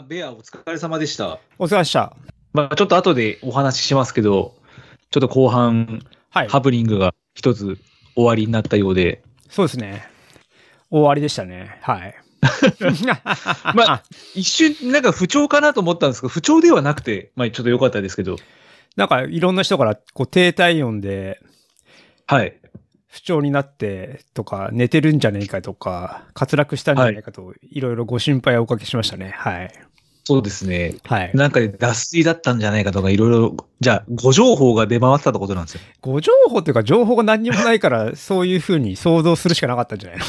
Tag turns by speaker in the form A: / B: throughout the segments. A: ん、ベアお疲れ様でした。
B: お疲れ様でした。
A: まあ、ちょっと後でお話ししますけど、ちょっと後半、
B: はい。
A: ハプニングが一つ終わりになったようで、
B: そうですね。終わりでしたね。はい。
A: まあ、一瞬、なんか不調かなと思ったんですけど、不調ではなくて、まあ、ちょっと良かったですけど、
B: なんかいろんな人からこう低体温で
A: はい。
B: 不調になってとか寝てるんじゃねえかとか滑落したんじゃないかといろいろご心配をおかけしましたね。はい。
A: そうですね。
B: はい。
A: なんか脱水だったんじゃないかとか、いろいろ、じゃあ、ご情報が出回ってたってことなんですよ。
B: ご情報というか情報が何にもないから そういうふうに想像するしかなかったんじゃないの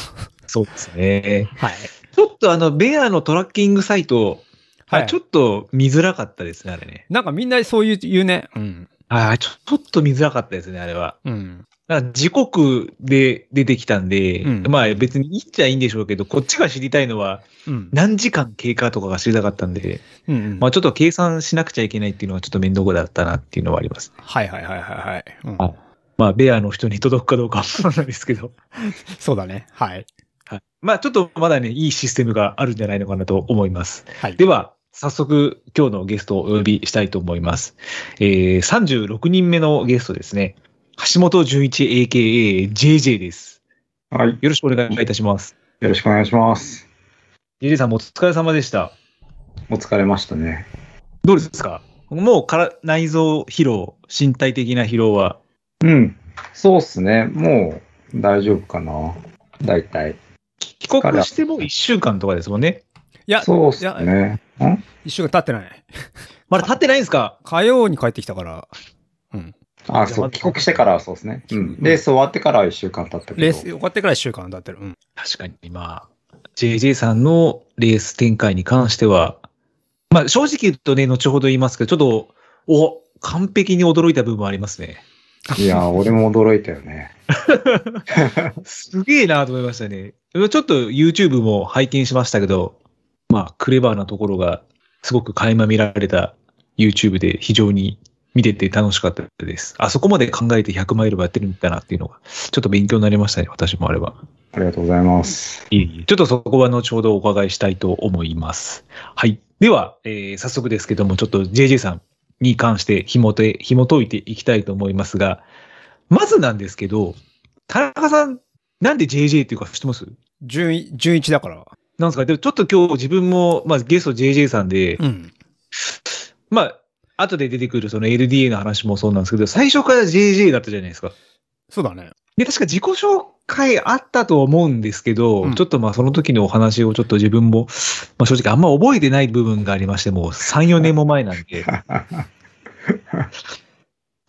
A: そうですね。
B: はい。
A: ちょっとあの、ベアのトラッキングサイト、
B: は
A: あ
B: い
A: ちょ。っと見づらかったですね、あれね。
B: なんかみんなそういう言うね。うん。
A: あちょちょっと見づらかったですね、あれは。
B: うん。
A: なんか時刻で出てきたんで、
B: うん
A: まあ別に言っちゃいいんでしょうけど、こっちが知りたいのは
B: うん。
A: 何時間経過とかが知りたかったんで、
B: うんうん
A: まあちょっと計算しなくちゃいけないっていうのはちょっと面倒だったなっていうのはあります。
B: はいはいはいはいはい。うん
A: あまあベアの人に届くかどうかは分からないですけど、
B: そうだね。はい。
A: はい、まあちょっとまだね、いいシステムがあるんじゃないのかなと思います。
B: はい。
A: では、早速今日のゲストをお呼びしたいと思います。えー、36人目のゲストですね。橋本純一 AKAJJ です。
C: はい。
A: よろしくお願いいたします。
C: よろしくお願いします。
A: JJ さんもお疲れ様でした。
C: お疲れましたね。
A: どうですかもうから内臓疲労、身体的な疲労は。
C: うん。そうっすね。もう大丈夫かな。大体。
A: 帰国しても1週間とかですもんね。
B: いや、
C: そうっすね。ん
B: 一週間経ってない。
A: まだ経ってないんですか
B: 火曜に帰ってきたから、
C: あ、そう。帰国してからはそうっすね。うん。レース終わってからは1週間経ったけど。
B: レース終わってから1週間経ってる。うん。
A: 確かに今、JJ さんのレース展開に関しては、まあ正直言うとね、後ほど言いますけど、ちょっと、お、完璧に驚いた部分もありますね。
C: いや、俺も驚いたよね。
A: すげえなと思いましたね。ちょっと YouTube も拝見しましたけど、まあ、クレバーなところがすごく垣間見られた YouTube で非常に見てて楽しかったです。あそこまで考えて100マイルもやってるんだなっていうのが、ちょっと勉強になりましたね、私もあれば。
C: ありがとうございます。
A: ちょっとそこは後ほどお伺いしたいと思います。はい。では、えー早速ですけども、ちょっと JJ さんに関して紐て、紐解いていきたいと思いますが、まずなんですけど、田中さん、なんで JJ っていうか知ってます
B: 順位順一だから。
A: なんですかでもちょっと今日自分も、まあ、ゲスト JJ さんで、
B: うん。
A: まあ、後で出てくるその LDA の話もそうなんですけど、最初から JJ だったじゃないですか。
B: そうだね。
A: で、確か自己紹介あったと思うんですけど、
B: うん
A: ちょっとまあその時のお話をちょっと自分も、まあ正直あんま覚えてない部分がありまして、もう3、4年も前なんで、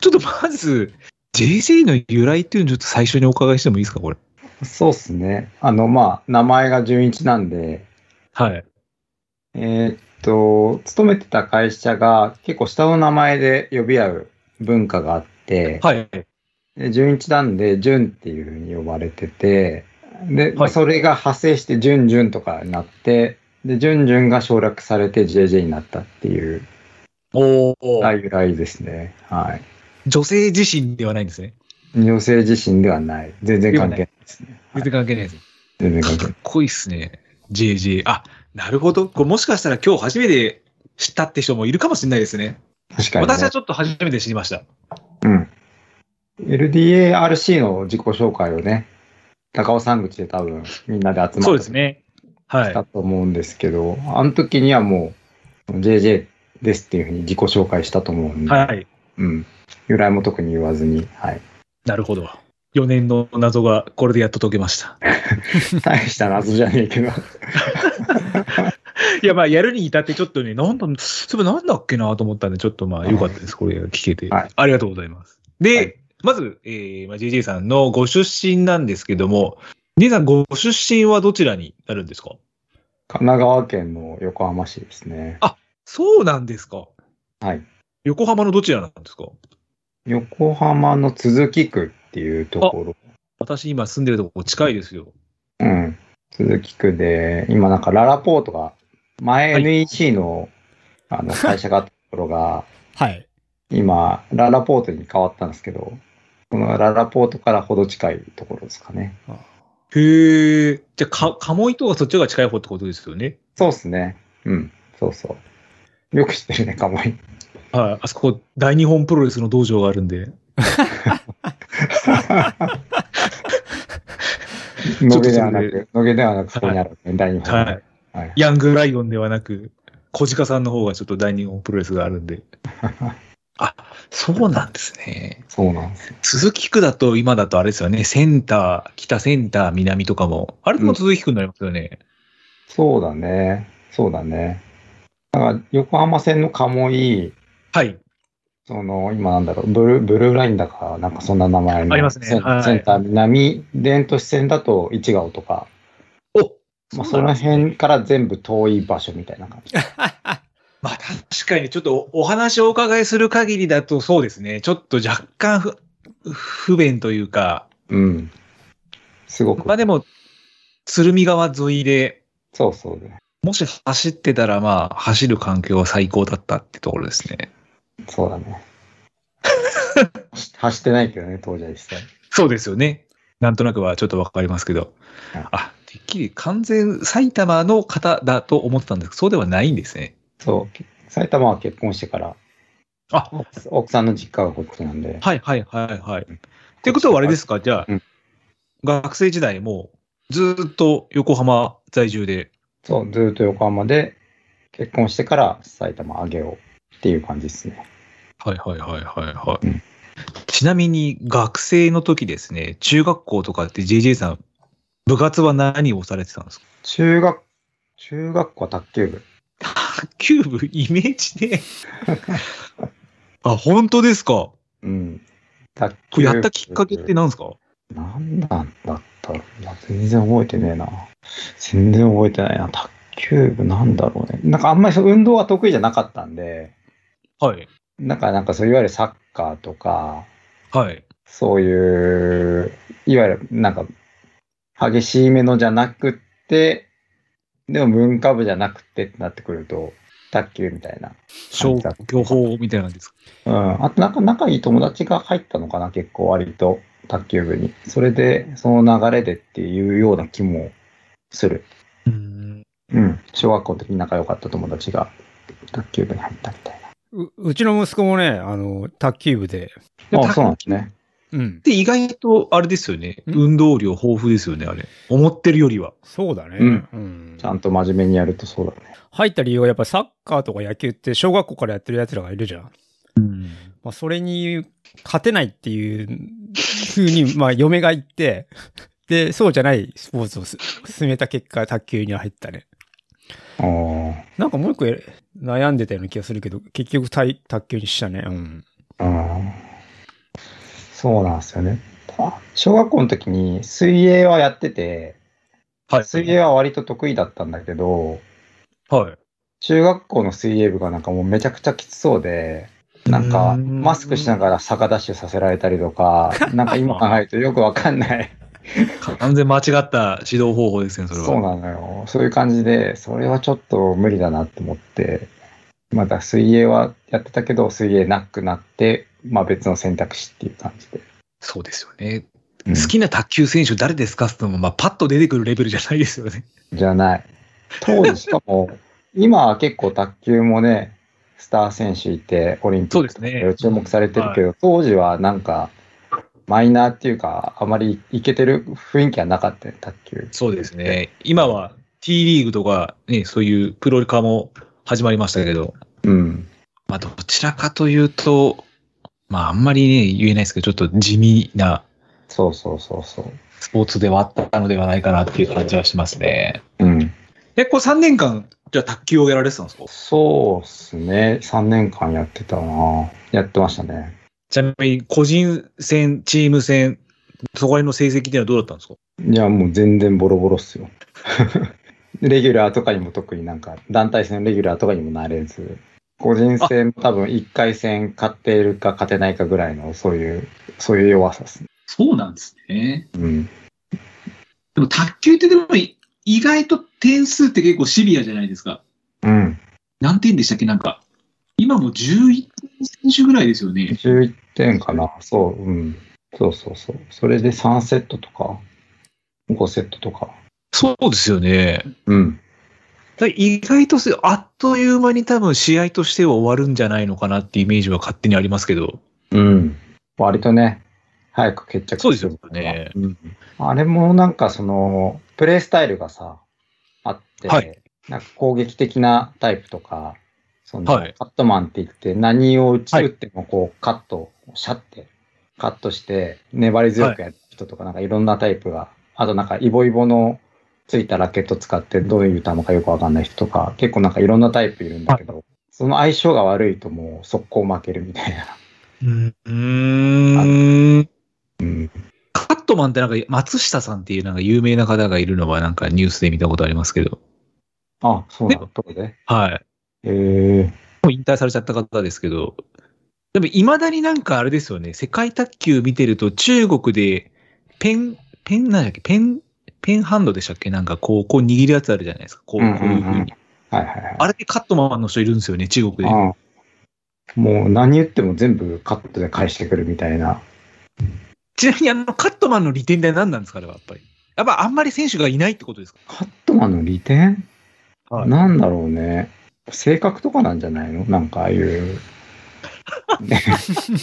A: ちょっとまず、JJ の由来っていうのをちょっと最初にお伺いしてもいいですか、これ。
C: そうっすね。あの、まあ、名前が純一なんで、
A: はい。
C: えーっと、勤めてた会社が結構下の名前で呼び合う文化があって、
A: はい。
C: で純一なんで、純っていうふうに呼ばれてて、で、まあ
A: はい
C: それが派生して、純純とかになって、で、純純が省略されて JJ になったっていう、
A: おお、
C: 由来ですね。はい。
A: 女性自身ではないんですね。
C: 女性自身ではない。全然関係ないですね。
A: 全然関係ないです。
C: 全然関係
A: か
C: な
A: っ
C: い。
A: こいいっすね。JJ。あ、なるほど。これもしかしたら今日初めて知ったって人もいるかもしれないですね。
C: 確かに、ね。
A: 私はちょっと初めて知りました。
C: うん。LDARC の自己紹介をね、高尾山口で多分みんなで集まって
A: ね。は
C: した
A: い。
C: と思うんですけど、あの時にはもう JJ ですっていうふうに自己紹介したと思うんで、
A: はい。
C: うん。由来も特に言わずに、 はい。
A: なるほど。4年の謎がこれでやっと解けました。
C: 大した謎じゃねえけど。
A: いや、まあ、やるに至ってちょっとね、なんだ、それなんだっけなと思ったんで、ちょっとまあ、よかったです。これが聞けて。
C: はい
A: ありがとうございます。で、
C: はい
A: まず、えーまあ、JJ さんのご出身なんですけども、JJ さん、ご出身はどちらになるんですか
C: 神奈川県の横浜市ですね。
A: そうなんですか。
C: はい。
A: 横浜のどちらなんですか
C: 横浜の鈴木区っていうところ。
A: 私今住んでるとこ近いですよ。
C: うん。鈴木区で、今なんかララポートが、前
A: はい
C: NEC の,、あの会社があったところが、
B: はい。
C: 今、ララポートに変わったんですけど、このララポートからほど近いところですかね。
A: へえ。じゃあ、か、鴨居とかそっちが近い方ってことですよね。
C: そうですね。うん。そうそう。よく知ってるね、かもい。
A: はい。あそこ、大日本プロレスの道場があるんで、
C: 野毛ではなく、野毛ではなく、そこにある、大日本。
A: はい。
C: はい。
A: ヤングライオンではなく、小鹿さんの方がちょっと大日本プロレスがあるんで。 あ、そうなんですね。
C: そうなんですよ。
A: 鈴木区だと、今だとあれですよね、センター、北センター、南とかも、あれも鈴木区になりますよね。
C: そうだね。そうだね。だから、横浜線のかもい、
A: はい。
C: その、今なんだろう、ブルー、ブルーラインだから、なんかそんな名前の。
A: ありますね
C: セン
A: はい
C: センター、南、電都市線だと、市ヶ尾とか、
A: お
C: まあ、その辺から全部遠い場所みたいな感じ。
A: まあ確かにちょっとおお話をお伺いする限りだとそうですね、ちょっと若干ふ不便というか、
C: うん。すごく。
A: まあでも、鶴見川沿いで、
C: そうそうね。
A: もし走ってたらまあ走る環境は最高だったってところですね。
C: そう だね。走走ってないけどね、当時は実際。
A: そうですよね。なんとなくはちょっとわかりますけど
C: はい。
A: あ、てっきり完全埼玉の方だと思ってたんですけど、そうではないんですね。
C: そう。埼玉は結婚してから、
A: あ、
C: 奥奥さんの実家がこっちなんで。
A: はいはいはいはい。っ
C: うん
A: てことはあれですか、じゃあ、
C: うん
A: 学生時代もずーっと横浜在住で、
C: そう、ずっと横浜で、結婚してから埼玉上げようっていう感じですね。
A: はいはいはいはいはい。
C: うん
A: ちなみに学生の時ですね、中学校とかって JJ さん、部活は何をされてたんですか
C: 中学、中学校は卓球部。
A: 卓 球部イメージで。あ、本当ですか
C: うん。卓
A: こ
C: 球
A: れやったきっかけって何ですか
C: 何なんだったろうな。全然覚えてねえな。全然覚えてないな。卓球部なんだろうね。なんかあんまりそう運動は得意じゃなかったんで、
A: はい。
C: なんかなんかそういわゆるサッカーとか、
A: はい。
C: そういう、いわゆるなんか激しいめのじゃなくって、でも文化部じゃなくてってなってくると、卓球みたいな。
A: 消去法みたいなんですか
C: うん。あとなんか仲いい友達が入ったのかな、結構割と卓球部に。それで、その流れでっていうような気もする。
A: うーん。
C: うん。小学校の時に仲良かった友達が卓球部に入ったみたいう
B: うちの息子もね、あの、卓球部で、
A: で
C: な。あ
A: 卓
C: そうなんですね。
B: うん、
A: で、意外とあれですよね。
B: ん
A: 運動量豊富ですよね、あれ。思ってるよりは。
B: そうだね。
C: うん
B: うん
C: ちゃんと真面目にやるとそうだね。
B: 入った理由はやっぱサッカーとか野球って小学校からやってる奴らがいるじゃん。
A: うん。
B: まあ、それに勝てないっていう風に、 まあ、嫁が言って、で、そうじゃないスポーツをす進めた結果、卓球には入ったね。
C: ああ。
B: なんかもう一個え悩んでたような気がするけど、結局体卓球にしたね。うん。
C: うんそうなんですよね。あ小学校の時に水泳はやってて、
A: はい。
C: 水泳は割と得意だったんだけど、
A: はい。
C: 中学校の水泳部がなんかもうめちゃくちゃきつそうで、なんか
A: うん
C: マスクしながら逆ダッシュさせられたりとか、なんか今考えるとよくわかんない。
A: 完全間違った指導方法ですね、それは。
C: そうなのよ。そういう感じで、それはちょっと無理だなって思って、また水泳はやってたけど、水泳なくなって、まあ別の選択肢っていう感じで。
A: そうですよね。
C: うん
A: 好きな卓球選手誰ですかって言っても、まあ、パッと出てくるレベルじゃないですよね。
C: じゃない。当時、しかも、今は結構卓球もね、スター選手いて、オリンピ
A: そう
C: ッ
A: で
C: ク
A: す
C: と
A: ね
C: か注目されてるけど、当時はなんか、マイナーっていうか、あまりいけてる雰囲気はなかったね、卓球。
A: そうですね。今は T リーグとか、ね、そういうプロ化も始まりましたけど、
C: うん。
A: まあ、どちらかというと、まあ、あんまりね、言えないですけど、ちょっと地味な
C: そうそうそうそう。
A: スポーツではあったのではないかなっていう感じはしますね。
C: うん。
A: え、これ3年間、じゃあ卓球をやられてたんですか
C: そうっすね。3年間やってたなやってましたね。
A: ちなみに、個人戦、チーム戦、そこら辺の成績っていうのはどうだったんですか
C: いや、もう全然ボロボロっすよ。 レギュラーとかにも特になんか、団体戦のレギュラーとかにもなれず、個人戦も多分1回戦勝っているか勝てないかぐらいの、そういう、そういう弱さっすね。
D: そうなんですね。
C: うん。
D: でも卓球ってでもい意外と点数って結構シビアじゃないですか。
C: うん。
D: 何点でしたっけなんか。今も11点選手ぐらいですよね。
C: 11点かな。そう、うん。そうそうそう。それで3セットとか、5セットとか。
A: そうですよね。
C: うん。
A: だから意外とす圧という間に多分試合としては終わるんじゃないのかなってイメージは勝手にありますけど。
C: うん。割とね、早く決着
A: そうですよね
C: うんあれもなんかその、プレイスタイルがさ、あって、
A: はい
C: なんか攻撃的なタイプとか、その、
A: はい
C: カットマンって言って、何を打ち
A: はい
C: 打ってもこう、カット、シャって、カットして、粘り強くやる人とか、なんかいろんなタイプが、あとなんかイボイボのついたラケット使ってどういう球かよくわかんない人とか、結構なんかいろんなタイプいるんだけど、その相性が悪いともう速攻負けるみたいな。
A: うん。うん。
C: うん。
A: カットマンってなんか松下さんっていうなんか有名な方がいるのはなんかニュースで見たことありますけど。
C: あ、そうなん
A: ね
C: だ。とこで。
A: はい。
C: えー、
A: もう引退されちゃった方ですけど、でも未だになんかあれですよね、世界卓球見てると中国でペン、ペンなんだっけ、ペン、ペンハンドでしたっけなんかこう、こう握るやつあるじゃないですか。こう、こ
C: う
A: うん
C: うんうん
A: いう風に。
C: はいはいはい。
A: あれでカットマンの人いるんですよね、中国で。
C: うんもう何言っても全部カットで返してくるみたいな。
A: ちなみにあのカットマンの利点って何なんですか、あれはやっぱり。やっぱあんまり選手がいないってことですか
C: カットマンの利点、
A: はい
C: なんだろうね。性格とかなんじゃないのなんかああいう。 ね、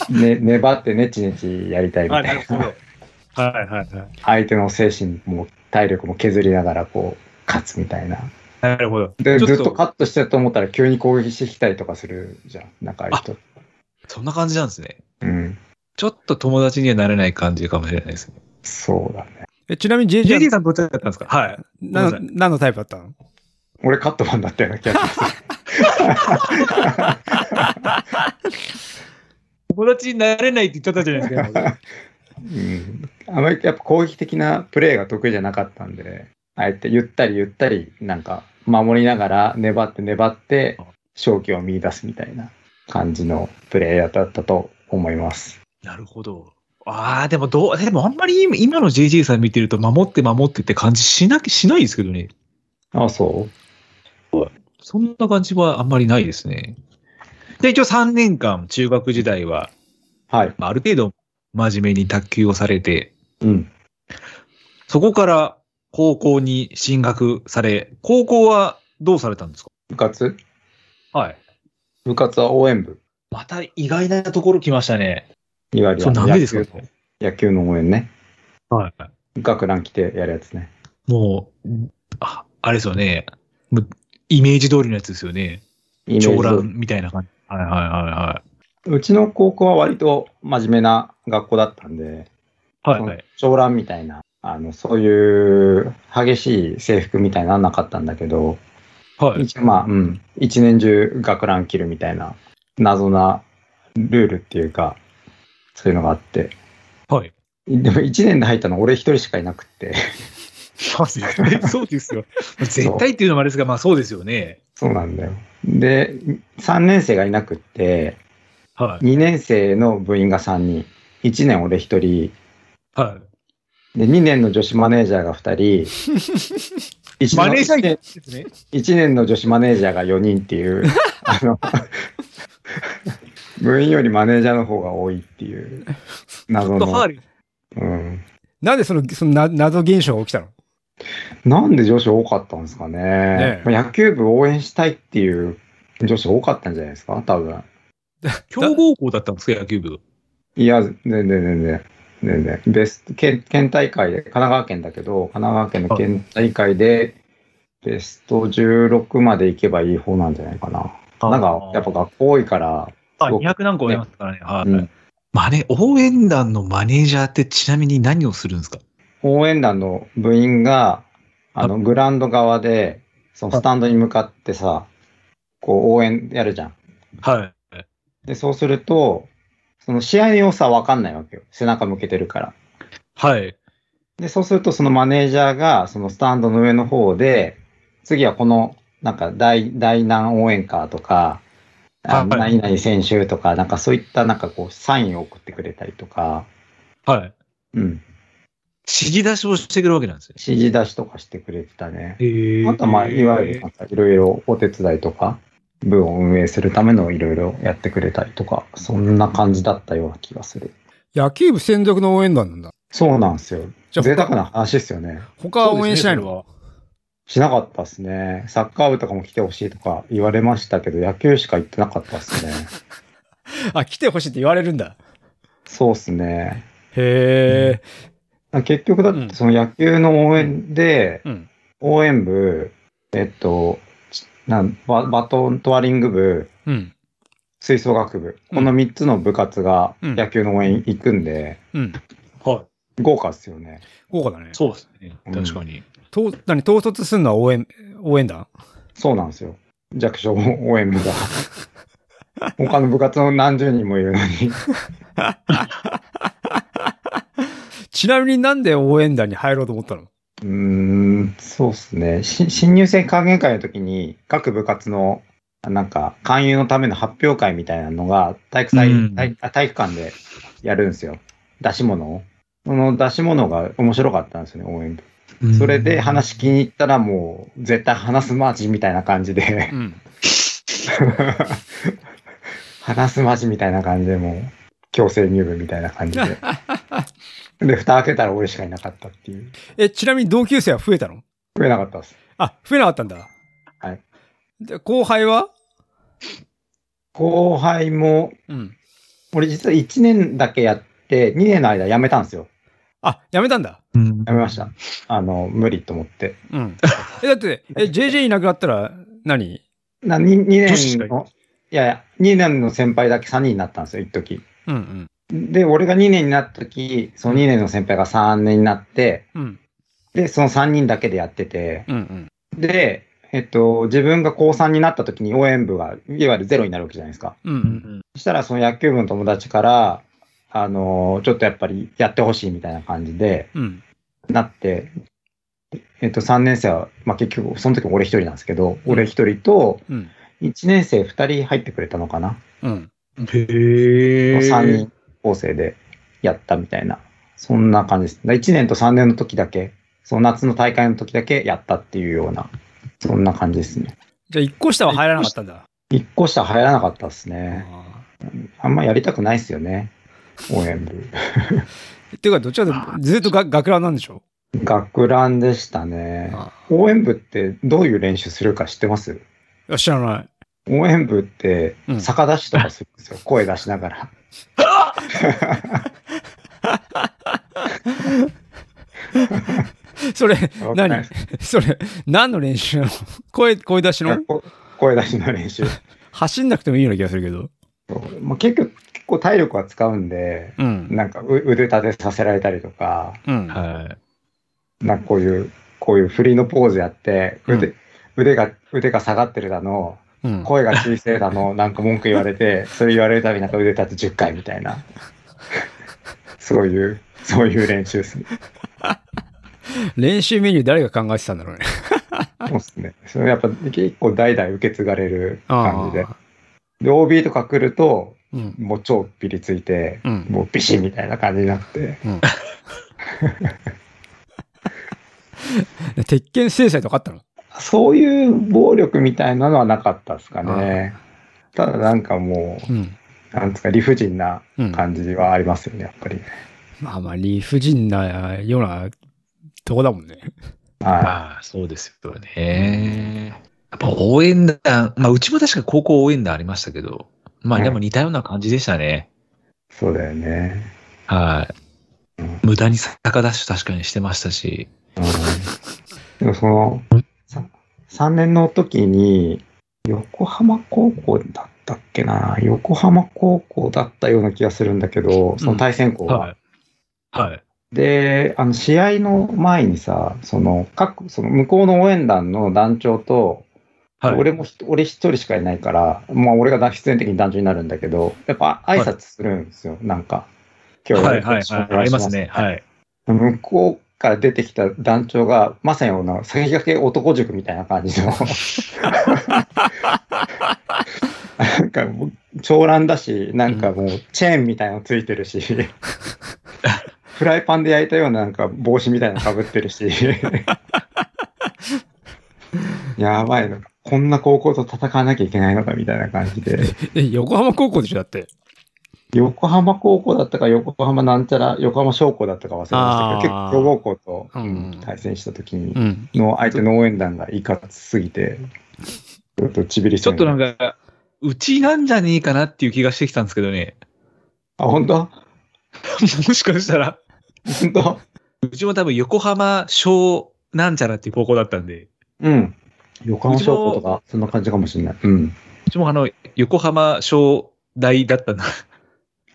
C: ね粘ってネチネチやりたいみたいな。
A: ど。はいはいはい。
C: 相手の精神も体力も削りながらこう、勝つみたいな。
A: なるほど。
C: で、
A: ちょっと
C: ずっとカットしてると思ったら急に攻撃してきたりとかするじゃん。なんかああいう人。
A: そんな感じなんですね。
C: うん。
A: ちょっと友達にはなれない感じかもしれないですね。
C: そうだね。
B: えちなみに JJ
A: JD さんどっちだったんですかはい。ごめんな
B: な
A: さい
B: 何のタイプだったの
C: 俺カットマンだったような気がします。
A: 友達になれないって言っちゃったじゃないですか。
C: うんあまりやっぱ攻撃的なプレーが得意じゃなかったんで、あえてゆったりゆったり、なんか守りながら粘って粘って、勝機を見出すみたいな感じのプレイヤーだったと思います。
A: なるほど。ああ、でもどう、でもあんまり今今の JJ さん見てると守って守ってって感じしなき、しないですけどね。
C: あそ
A: そんな感じはあんまりないですね。で、一応3年間中学時代は、
C: うはい。
A: まあ、ある程度真面目に卓球をされて、
C: うん。
A: そこから高校に進学され、高校はどうされたんですか
C: 部活
A: はい。
C: 部活は応援部。
A: また意外なところ来ましたね。
C: いわゆる
A: そう、
C: あ
A: なん
C: の
A: で
C: 野
A: です
C: 球
A: か
C: 野球の応援ね。
A: はい。
C: 学ラン来てやるやつね。
A: もう、ああれですよね。もうイメージ通りのやつですよね。
C: イメージ
A: 長
C: 通り
A: 蘭みたいな感じ。はいはいは
C: うちの高校は割と真面目な学校だったんで、
A: いはい。はいはい。
C: 長蘭みたいな、あの、そういう激しい制服みたいなのはなかったんだけど、
A: はい、
C: 一応まあ、うん、一年中学ラン着るみたいな謎なルールっていうか、そういうのがあって、
A: はい。
C: でも一年で入ったの俺一人しかいなくって、
A: そうですよ。絶対っていうのもあれですが、まあそうですよね。
C: そうなんだよ。で、3年生がいなくって、
A: はい。
C: 2年生の部員が3人、1年俺一人、
A: は
C: で、2年の女子マネージャーが2人、
A: い。
C: 一
A: マネージャー
C: 年
A: ですね。
C: 一年の女子マネージャーが4人って いう、あの、部員よりマネージャーの方が多いっていう、謎
A: とハー
C: の。
A: リー
C: うん、
B: なんでそのそのな謎現象が起きたの
C: なんで女子多かったんですかね。
B: ねえ
C: まあ野球部応援したいっていう女子多かったんじゃないですか多分。
A: 強豪校だったんですか、野球部。
C: いや、全然全然。全然。ベスト、県、県大会で、神奈川県だけど、神奈川県の県大会で、ベスト16まで行けばいい方なんじゃないかな。なんか、やっぱ学校多いから、
A: あ、
C: すごく
A: 200何個ありますからね。はい。
C: うん
A: マネ、応援団のマネージャーってちなみに何をするんですか
C: 応援団の部員が、あの、グラウンド側で、そのスタンドに向かってさ、こう応援やるじゃん。
A: はい。
C: で、そうすると、その試合の良さわかんないわけよ。背中向けてるから。
A: はい。
C: で、そうするとそのマネージャーが、そのスタンドの上の方で、次はこの、なんか大、大南応援歌とか、あ
A: はい
C: 何々選手とか、なんかそういったなんかこう、サインを送ってくれたりとか、
A: はい。
C: うん、
A: 指示出しをしてくるわけなんですね。
C: 指示出しとかしてくれてたね。
A: へ
C: あとはまあ、いわゆるなんかいろいろお手伝いとか、部を運営するためのいろいろやってくれたりとか、そんな感じだったような気がする。
B: 野球部専属の応援団なんだ。
C: そうなんですよ。
B: じゃあ
C: 贅沢な話ですよね。
B: 他は応援しないの
A: そうですね
C: しなかったですね。サッカー部とかも来てほしいとか言われましたけど、野球しか行ってなかったですね。
B: あ、来てほしいって言われるんだ。
C: そうですね。
B: へ
C: 結局だっ
B: うん
C: てその野球の応援で、
B: え。うん。
C: 応援部、えっと、ちなんババトントワリング部、
B: うん。
C: 吹奏楽部、
B: うん
C: この3つの部活が
B: うん
C: 野球の応援行くんで、
B: うん。
A: は
C: 豪華ですよね。
B: 豪華だね
A: い。。そうですね。
C: うん
A: 確かに。
B: と何統率するのは応援、応援団
C: そうなんですよ。弱小応援部 が。他の部活の何十人もいるのに。
B: ちなみになんで応援団に入ろうと思ったの
C: うーん、そうですね。し新入生歓迎会の時に、各部活の、なんか、勧誘のための発表会みたいなのが、体育祭、
A: うん
C: 体あ体育館でやるんですよ。出し物を。その出し物が面白かったんですよね、応援部。それで話気に入ったら、もう、絶対話すマーチみたいな感じで
B: う、ん。
C: 話すマジみたいな感じでもう強制入部みたいな感じでで蓋開けたら俺しかいなかったっていう
B: え、ちなみに同級生は増えたの
C: 増えなかったです
B: あ、増えなかったんだ。
C: はい。
B: で、後輩は
C: 後輩も
B: うん。
C: 俺実は1年だけやって2年の間辞めたんですよ
B: あ、やめたんだ。
A: うん
C: 辞めましたあの無理と思って
B: うん。 え、だって、え、JJ いなくなったら何、
C: な 2, 年
A: 確か
C: のいやいや2年の先輩だけ3人になったんですよ一時
B: うん
C: で俺が2年になった時その2年の先輩が3年になって
B: うん。うん。
C: でその3人だけでやってて
B: うんうん。
C: で、えっと、自分が高3になった時に応援部が、いわゆるゼロになるわけじゃないですか。
B: うんう。
A: うんん
C: そしたら、その野球部の友達から、あのーちょっとやっぱりやってほしいみたいな感じで、
B: うん。
C: なって、えっと、3年生は、まあ、結局、その時俺一人なんですけど、俺一人と、
B: うん。
C: 1年生2人入ってくれたのかな、
B: うん。
A: へえ。
C: ?3 人構成でやったみたいな、そんな感じです。1年と3年の時だけ、その夏の大会の時だけやったっていうような、そんな感じですね。
B: じゃあ、1個下は入らなかったんだ。
C: 一個下入らなかったですね。
B: あ
C: あんまやりたくないですよね。応援部。
B: ーっていうか、どっちかというとずっとが学ランなんでしょ
C: 学ランでしたね。
B: あ
C: 応援部ってどういう練習するか知ってます
B: いや知らない。
C: 応援部って
B: うん
C: 逆出しとかするんです よ。声出しながら。
B: それ、
C: わかんない
B: 何
C: です
B: それ、何の練習なの声、声出しの
C: こ声出しの練習。
B: 走んなくてもいいような気がするけど。
C: そうまあ、結局、結構体力は使うんで、
B: うん。
C: なんかう腕立てさせられたりとか、
B: うん。
A: は
C: なんかこういう、こういう振りのポーズやって、腕、
B: う
C: 腕が、腕が下がってるだの、
B: うん
C: 声が小さいだ の、なんか文句言われて、それ言われるたびなんか腕立て10回みたい な。そういう、そういう練習ですね。
B: 練習メニュー誰が考えてたんだろうね。
C: そうですね。それやっぱ結構代々受け継がれる感じで
B: あ。ー
C: で、OB とか来ると、
B: うん。
C: もう超ピリついて、
B: うん。
C: もうビシッみたいな感じになって。
B: で鉄拳制裁とかあったの
C: そういう暴力みたいなのはなかったですかね。ただなんかも
B: うん。
C: う、なんですか、理不尽な
B: うん。
C: 感じはありますよね、やっぱり。
B: まあまあ、理不尽なようなとこだもんね。
A: い。
C: は
A: まあ、そうですよね。やっぱ応援団、まあ、うちも確か高校応援団ありましたけど、まあ、でも似たような感じでしたね。
C: い。そうだよね。
A: はい
C: うん。
A: 無駄に逆ダッシュ確かにしてましたし。
C: うんでもその、さ3年の時に、横浜高校だったっけな、横浜高校だったような気がするんだけど、その対戦校は。
A: い。はい。
C: で、あの試合の前にさ、その各その向こうの応援団の団長と、
A: はい。
C: 俺もひ俺一人しかいないから、まあ、俺が必然的に団長になるんだけど、やっぱ挨拶するんですよ、なんか。今日
A: は、
C: はいよ
A: は
C: ろ
A: い、
C: しくお願
A: はい。あ
C: い
A: り
C: し
A: ますね。はい。
C: 向こうから出てきた団長が、まさにあの、先駆け男塾みたいな感じの。なんかもう、長蘭だし、なんかもう、チェーンみたいなのついてるし、フライパンで焼いたようななんか帽子みたいなのかぶってるし、やばいな、こんな高校と戦わなきゃいけないのかみたいな感じで。
B: え、横浜高校でしょだって。
C: 横浜高校だったか、横浜なんちゃら、横浜商工だったか忘れましたけど、
B: あー
C: 結構強豪校と、
B: うん
C: うん対戦した時
B: う
C: に、
B: ん。
C: の相手の応援団がいかつすぎて、ちょっとちびり
A: ちょっとなん
C: か、
A: か、うちなんじゃねえかなっていう気がしてきたんですけどね。
C: あ、本当
A: もしかしたら、
C: 本当
A: うちも多分横浜小なんちゃらっていう高校だったんで、
C: うん。横浜商工とか、そんな感じかもしれない。うん。
A: うちもあの、横浜小大だったんだ。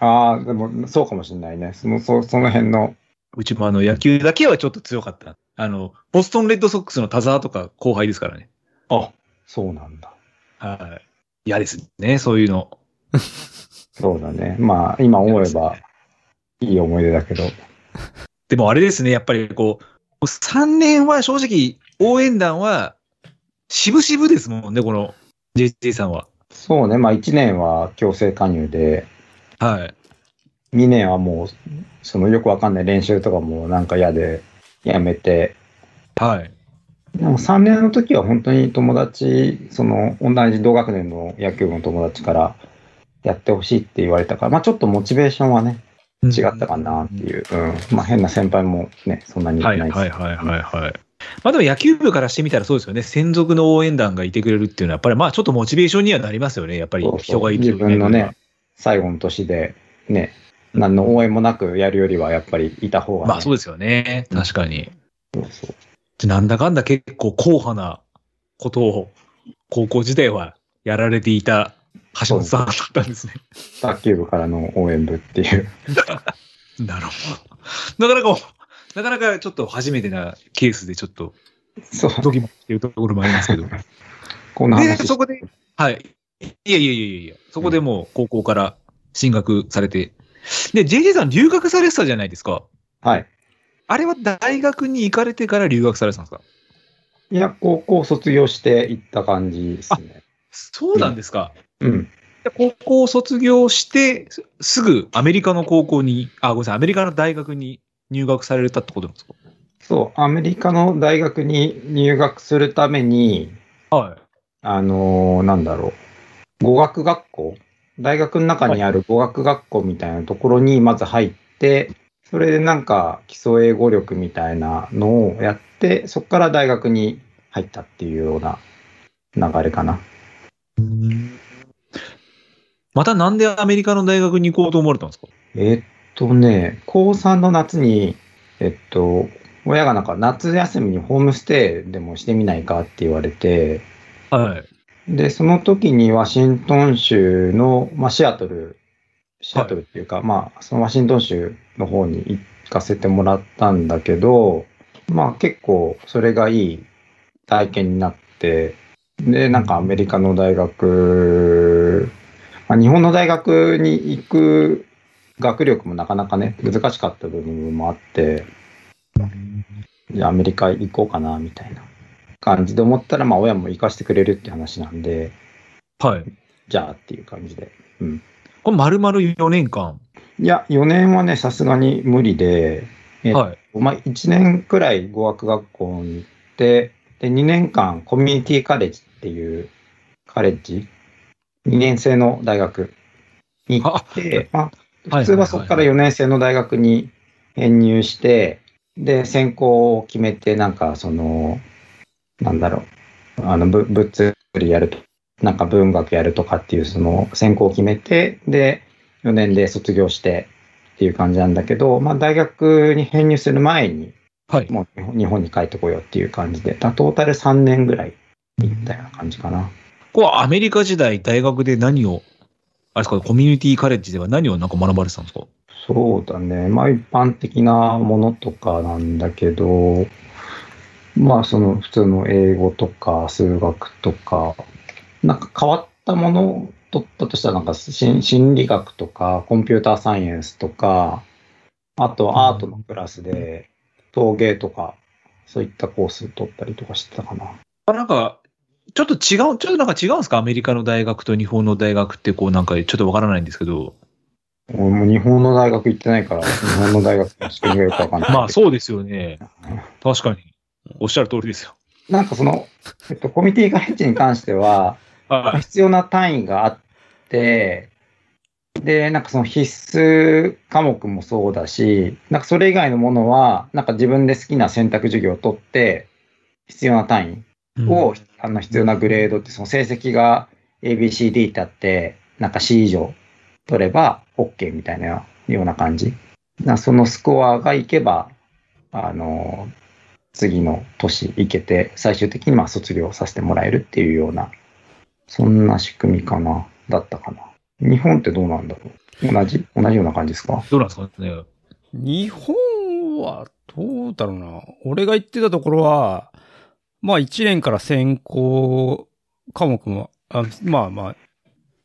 C: ああ、でも、そうかもしれないね。その、そその辺の、
A: うちもあの、野球だけはちょっと強かった。あの、ボストンレッドソックスの田沢とか後輩ですからね。
C: あ、そうなんだ。
A: はい。嫌ですね、そういうの。
C: そうだね。まあ、今思えば、いい思い出だけど。
A: でもあれですね、やっぱりこう、3年は正直、応援団は、渋々ですもんね、この JT さんは。
C: そうね。まあ、1年は強制加入で、
A: はい。
C: 2年はもう、そのよくわかんない練習とかもなんか嫌で、やめて、
A: はい。
C: でも3年の時は本当に友達、その同じ同学年の野球部の友達からやってほしいって言われたから、まあちょっとモチベーションはね、違ったかなっていう、うん、まあ変な先輩もね、そんなにいな
A: はいい
C: で
A: はい
C: す。
A: はいはいはい。まあでも野球部からしてみたらそうですよね。専属の応援団がいてくれるっていうのは、やっぱりまあちょっとモチベーションにはなりますよね。やっぱり
C: そう
A: 人
C: そ
A: が
C: う
A: いて
C: 自分のね、最後の年で、ね、何の応援もなくやるよりはやっぱりいた方が、ね、
A: まあそう
C: う
A: ですよね。確かに。
C: そう
A: でなんだかんだ結構硬派なことを高校時代はやられていた橋本さんだったんですね。
C: 卓球部からの応援部っていう。
A: なるほど。なかなか、なかなかちょっと初めてなケースでちょっと
C: そう、
A: ドキもしてるところもありますけど。で、
C: この話。
A: そこで、はい。いやいやいやいやいや、そこでもう高校から進学されて。で、JJ さん留学されてたじゃないですか。
C: はい。
A: あれは大学に行かれてから留学されてたんですか
C: いや、高校卒業していった感じですね。
A: そうなんですか。
C: うん。
A: で高校を卒業して、すすぐアメリカの高校に、あ、ごめんなさい、アメリカの大学に入学されたってことなんですか
C: そう、アメリカの大学に入学するために、
A: はい。
C: あのーなんだろう、語学学校、大学の中にある語学学校みたいなところにまず入って、それでなんか基礎英語力みたいなのをやって、そこから大学に入ったっていうような流れかな。
A: またなんでアメリカの大学に行こうと思われたんですか
C: えっとね、高3の夏に、えっと、親がなんか夏休みにホームステイでもしてみないかって言われて、
A: はい。
C: で、その時にワシントン州の、まあ、シアトル、シアトルっていうか、まあ、そのワシントン州の方に行かせてもらったんだけど、まあ結構それがいい体験になって、で、なんかアメリカの大学、まあ、日本の大学に行く学力もなかなかね、難しかった部分もあって、じゃあアメリカ行こうかな、みたいな感じで思ったら、まあ親も行かせてくれるって話なんで、
A: はい。
C: じゃあっていう感じで。うん。
A: これ丸々4年間。
C: いや、4年はね、さすがに無理で、えっと
A: はい。
C: まあ、1年くらい語学学校に行って、で、2年間コミュニティカレッジっていうカレッジ、2年生の大学に行って、まあ、
A: はい
C: 普通はそこから
A: はい
C: 4年生の大学に編入して、で、専攻を決めて、なんかその、なんだろう、あの、ぶ物理やると、なんか文学やるとかっていう、その専攻を決めて、で、4年で卒業してっていう感じなんだけど、まあ、大学に編入する前に、
A: はい。
C: もう日本に帰ってこようっていう感じで、だトータル3年ぐらいみたいな感じかな。
A: こうアメリカ時代、大学で何を、あれですか、コミュニティカレッジでは何をなんか学ばれてたんですか
C: そうだね。まあ一般的なものとかなんだけど、まあその普通の英語とか数学とか、なんか変わったものを取ったとしたらなんか心心理学とかコンピューターサイエンスとか、あとアートのクラスで陶芸とか、そういったコース取ったりとかしてたかな。
A: あなんか、ちょっと違う、ちょっとなんか違うんですかアメリカの大学と日本の大学って、こうなんかちょっとわからないんですけど。
C: 俺も日本の大学行ってないから、日本の大学の仕組みがよくわかんな い。
A: まあそうですよね。確かに。おっしゃる通りですよ。
C: なんかその、えっと、コミュニティカレッジに関しては、
A: はい。
C: 必要な単位があって、で、なんかその必須科目もそうだし、なんかそれ以外のものは、なんか自分で好きな選択授業を取って、必要な単位を、あの必要なグレードって、その成績が ABCD ってあって、なんか C 以上取れば OK みたいなような感じ。なそのスコアがいけば、あの、次の年行けて、最終的にまあ卒業させてもらえるっていうような、そんな仕組みかな、だったかな。日本ってどうなんだろう同じ同じような感じですか
A: どうなんですかね。
B: 日本はどうだろうな。俺が言ってたところは、まあ1年から専攻科目も、あまあまあ、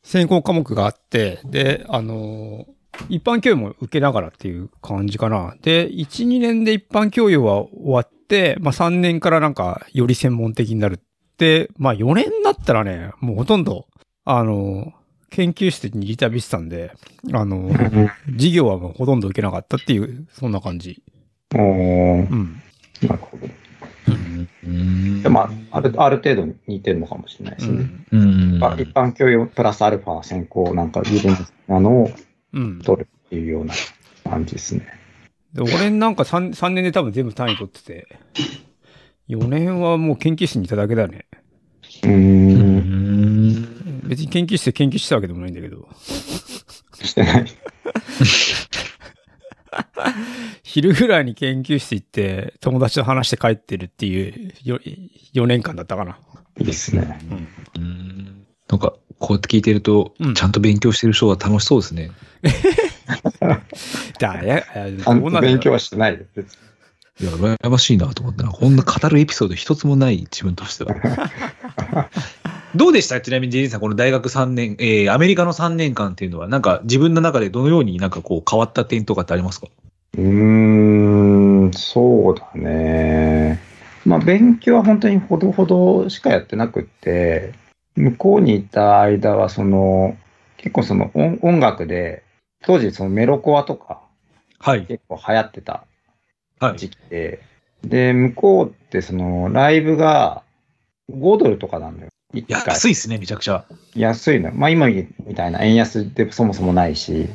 B: 専攻科目があって、で、あの、一般教養も受けながらっていう感じかな。で、1、2年で一般教養は終わって、まあ3年からなんかより専門的になるって、まあ4年だったらね、もうほとんど、あの、研究室にリタビしてたんで、あの、授業はもうほとんど受けなかったっていう、そんな感じ。
C: おー
B: うん。
C: なるほど。
A: うん
C: でまあ、あるある程度似てるのかもしれないですね。
A: うん。
C: まあ一般教養プラスアルファ専攻なんか自分なのを
B: うん。で
C: 取るっていうような感じですね。
B: 俺なんか 3, 3年で多分全部単位取ってて、4年はもう研究室にいただけだね。
C: うー、
A: うんん。
B: 別に研究室で研究してたわけでもないんだけど、
C: してない。
B: 昼ぐらいに研究室行って、友達と話して帰ってるっていうよ4年間だったかな。
C: いいですね。
A: うんなんか、こうやって聞いてると、
B: うん
A: ちゃんと勉強してる人が楽しそうですね。
B: だ、いや、いや
C: あ
B: ど
C: の
B: うなんだろう
C: 勉強はしてないよ別
A: い
C: に
A: や、羨ましいなと思ったな。こんな語るエピソード一つもない自分としては。 どうでしたちなみにジェリーさん、この大学3年、えー、アメリカの3年間っていうのは、なんか自分の中でどのようになんかこう変わった点とかってありますか
C: うーん、そうだね。まあ、勉強は本当にほどほどしかやってなくって、向こうにいた間は、その、結構その音音楽で、当時そのメロコアとか
A: はい。
C: 結構流行ってた
A: はい。
C: 時期で、で、向こうってそのライブが5ドルとかなんだよ。一回
A: 安いですね、めちゃくちゃ。
C: 安いの。まあ今みたいな円安ってそもそもないし、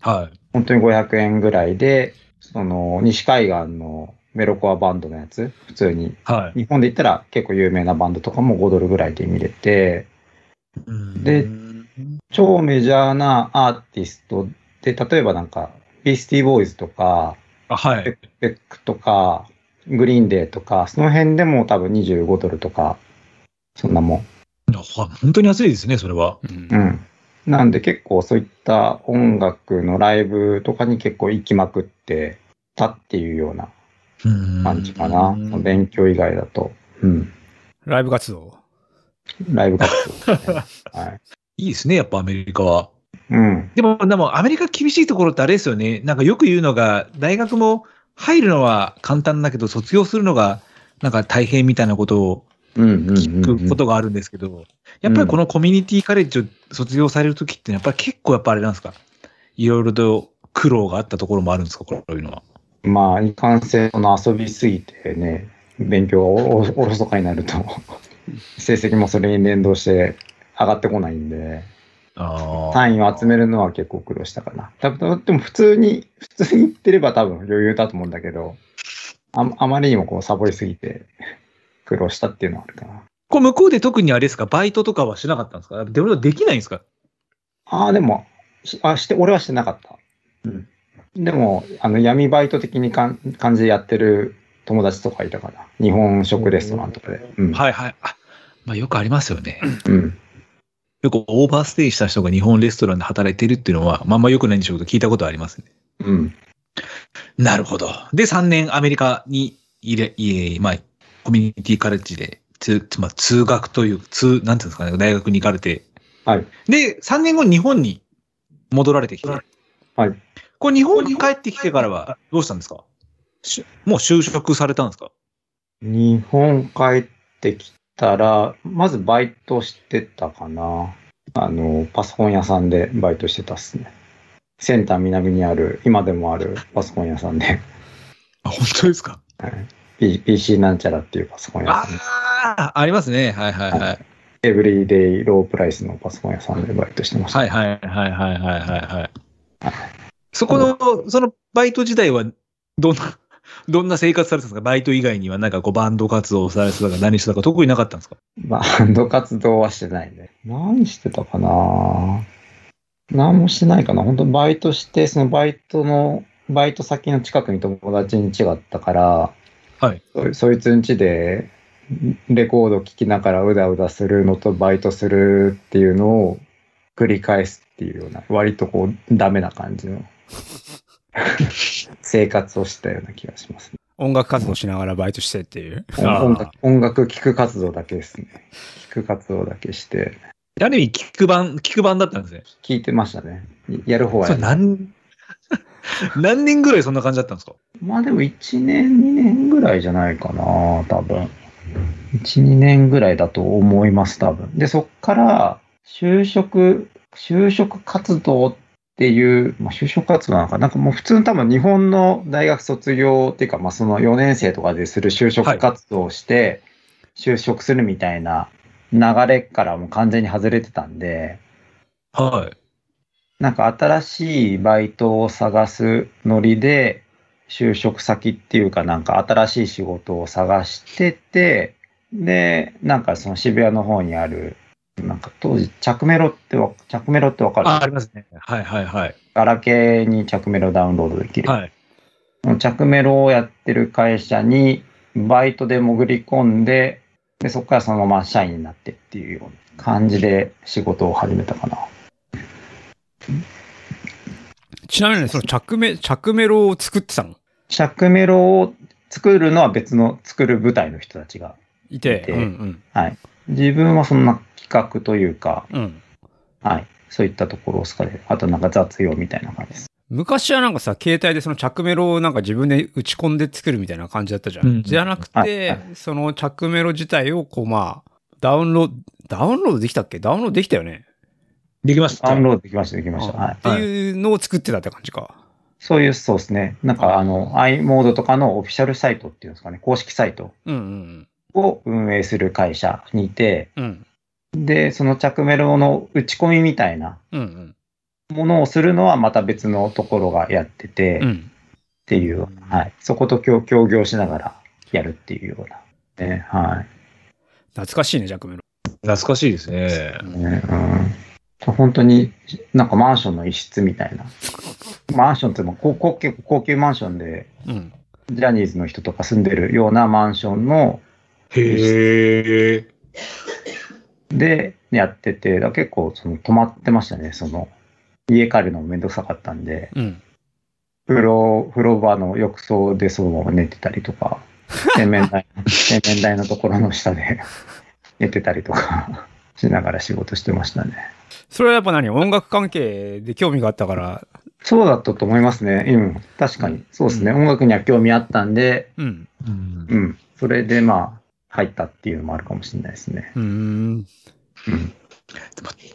A: はい。
C: 本当に500円ぐらいで、その西海岸のメロコアバンドのやつ、普通に。
A: はい。
C: 日本で言ったら結構有名なバンドとかも5ドルぐらいで見れて、で超メジャーなアーティストで、例えばなんか、ビースティーボーイズとか、
A: あ、はい。
C: ベックとか、グリーンデーとか、その辺でも多分25ドルとか、そんなもん。
A: いやほ本当に安いですね、それは。
B: うん
C: うん。なんで結構そういった音楽のライブとかに結構行きまくってたっていうような感じかな。勉強以外だと。うん。
B: ライブ活動。
C: ライブ活 動ですね、はい。
A: いいですね、やっぱアメリカは。
C: うん。
A: でも、でもアメリカ厳しいところってあれですよね。なんかよく言うのが、大学も入るのは簡単だけど、卒業するのがなんか大変みたいなことを
C: うんうんうんうん、
A: 聞くことがあるんですけど、やっぱりこのコミュニティカレッジを卒業されるときって、やっぱり結構やっぱあれなんですかいろいろと苦労があったところもあるんですかこういうのは。
C: まあ、いかんせん、その遊びすぎてね、勉強がおおおろそかになると、 成績もそれに連動して上がってこないんで、
A: あ
C: 単位を集めるのは結構苦労したかな。多分でも普通に、普通に言ってれば多分余裕だと思うんだけど、ああまりにもこうサボりすぎて苦労したっていうのはあるかな。
A: これ向こうで特にあれですかバイトとかはしなかったんですかでもできないんですか
C: ああ、でも、しあして、俺はしてなかった。うん。でも、あの、闇バイト的にかん感じでやってる友達とかいたから、日本食レストランとかで。うん。
A: はいはい。あまあ、よくありますよね。
C: うん。
A: よくオーバーステイした人が日本レストランで働いてるっていうのは、まああんま良くないんでしょうけど、聞いたことありますね。
C: うん。
A: なるほど。で、3年アメリカに入れ、いえ、まあ、コミュニティカレッジで、つ、つまあ、通学という、通、なんていうんですかね、大学に行かれて。
C: はい。
A: で、3年後日本に戻られてきて。
C: はい。
A: これ日本に帰ってきてからはどうしたんですかしもう就職されたんですか
C: 日本帰ってきたら、まずバイトしてたかな。あの、パソコン屋さんでバイトしてたっすね。センター南にある、今でもあるパソコン屋さんで、
A: あ、本当ですか
C: P- PC なんちゃらっていうパソコン屋
A: あ
C: さんで
A: あ、ありますね。はいはいはい。
C: エブリデイロープライスのパソコン屋さんでバイトしてました。
A: はいはいはいはいはいはいはい。そこの、そのバイト時代は、どんな、 どんな生活されてたんですかバイト以外には、なんかこうバンド活動をされてたか何してたか特になかったんですか
C: バンド活動はしてないね。何してたかな何もしてないかな。本当バイトして、そのバイトの、バイト先の近くに友達に違ったから、
A: はい
C: そ。そいつん家で、レコード聴きながらうだうだするのとバイトするっていうのを繰り返すっていうような、割とこう、ダメな感 じの生活をしたような気がしますね。
B: 音楽活動しながらバイトしてっていう。
A: あー
C: 音楽、音楽聴く活動だけですね。聴く活動だけして。
A: ある意味、キック版、キック版だったんですね。
C: 聞いてましたね。やる方は
A: そ
C: や
A: れ
C: る。
A: 何、 何年ぐらいそんな感じだったんですか
C: まあでも1年、2年ぐらいじゃないかな、多分。1、2年ぐらいだと思います、多分。で、そっから、就職、就職活動っていう、まあ、就職活動なのかな、なんかもう普通の多分日本の大学卒業っていうか、まあその4年生とかでする就職活動をして、就職するみたいな流れからもう完全に外れてたんで、
A: はい。
C: なんか新しいバイトを探すノリで、就職先っていうかなんか新しい仕事を探してて、で、なんかその渋谷の方にある、なんか当時、着メロってわ、着メロってわかる
A: あ、ありますね。はいはいはい。
C: ガラケーに着メロダウンロードできる。
A: はい。
C: 着メロをやってる会社にバイトで潜り込んで、でそこからそのまま社員になってっていうような感じで仕事を始めたかな。
B: ちなみにね、その着メ、着メロを作ってたの
C: 着メロを作るのは別の作る部隊の人たちが、
B: い
C: い
B: て。
C: て
B: うん
C: 自分はそんな企画というか、
B: うん。うん。
C: はい、そういったところをすかで、あとなんか雑用みたいな感じです。
B: 昔はなんかさ、携帯でその着メロをなんか自分で打ち込んで作るみたいな感じだったじゃん。
A: うん
B: じゃなくて、
C: はいは
B: その着メロ自体をこうまあ、ダウンロード、ダウンロードできたっけダウンロードできたよね。
A: できまし
C: ダ
A: た
C: ウン。ロードできました、できました。
B: あ
C: はい
B: っていうのを作ってたって感じか。
C: そういう、そうですね。なんかあの、i モードとかのオフィシャルサイトっていうんですかね、公式サイト
B: うんうん
C: を運営する会社にいて、
B: うん。うん。
C: で、その着メロの打ち込みみたいな
B: うん
C: ものをするのはまた別のところがやってて、
B: うん。う
C: っ
B: ん。
C: ていう、はい、そこと協協業しながらやるっていうような。ね、はい。
B: 懐かしいね、着メロ。
A: 懐かしいですね。
C: ね、うん。本当に、なんかマンションの一室みたいな。マンションっても高高級高級マンションで、
B: うん。
C: ジャニーズの人とか住んでるようなマンションの、
A: へえ。
C: で、やってて、だから結構その泊まってましたね、その、家帰るのもめんどくさかったんで、
B: うん。
C: 風呂、風呂場の浴槽でそのまま寝てたりとか、洗面台、洗面台のところの下で寝てたりとかしながら仕事してましたね。
B: それはやっぱ何音楽関係で興味があったから、
C: そうだったと思いますね。うん。確かに。そうですね。音楽には興味あったんで、
B: うん。
A: うん
C: うん。それでまあ、入ったっていうのもあるかもしれないですね。
B: うーん。
C: うん。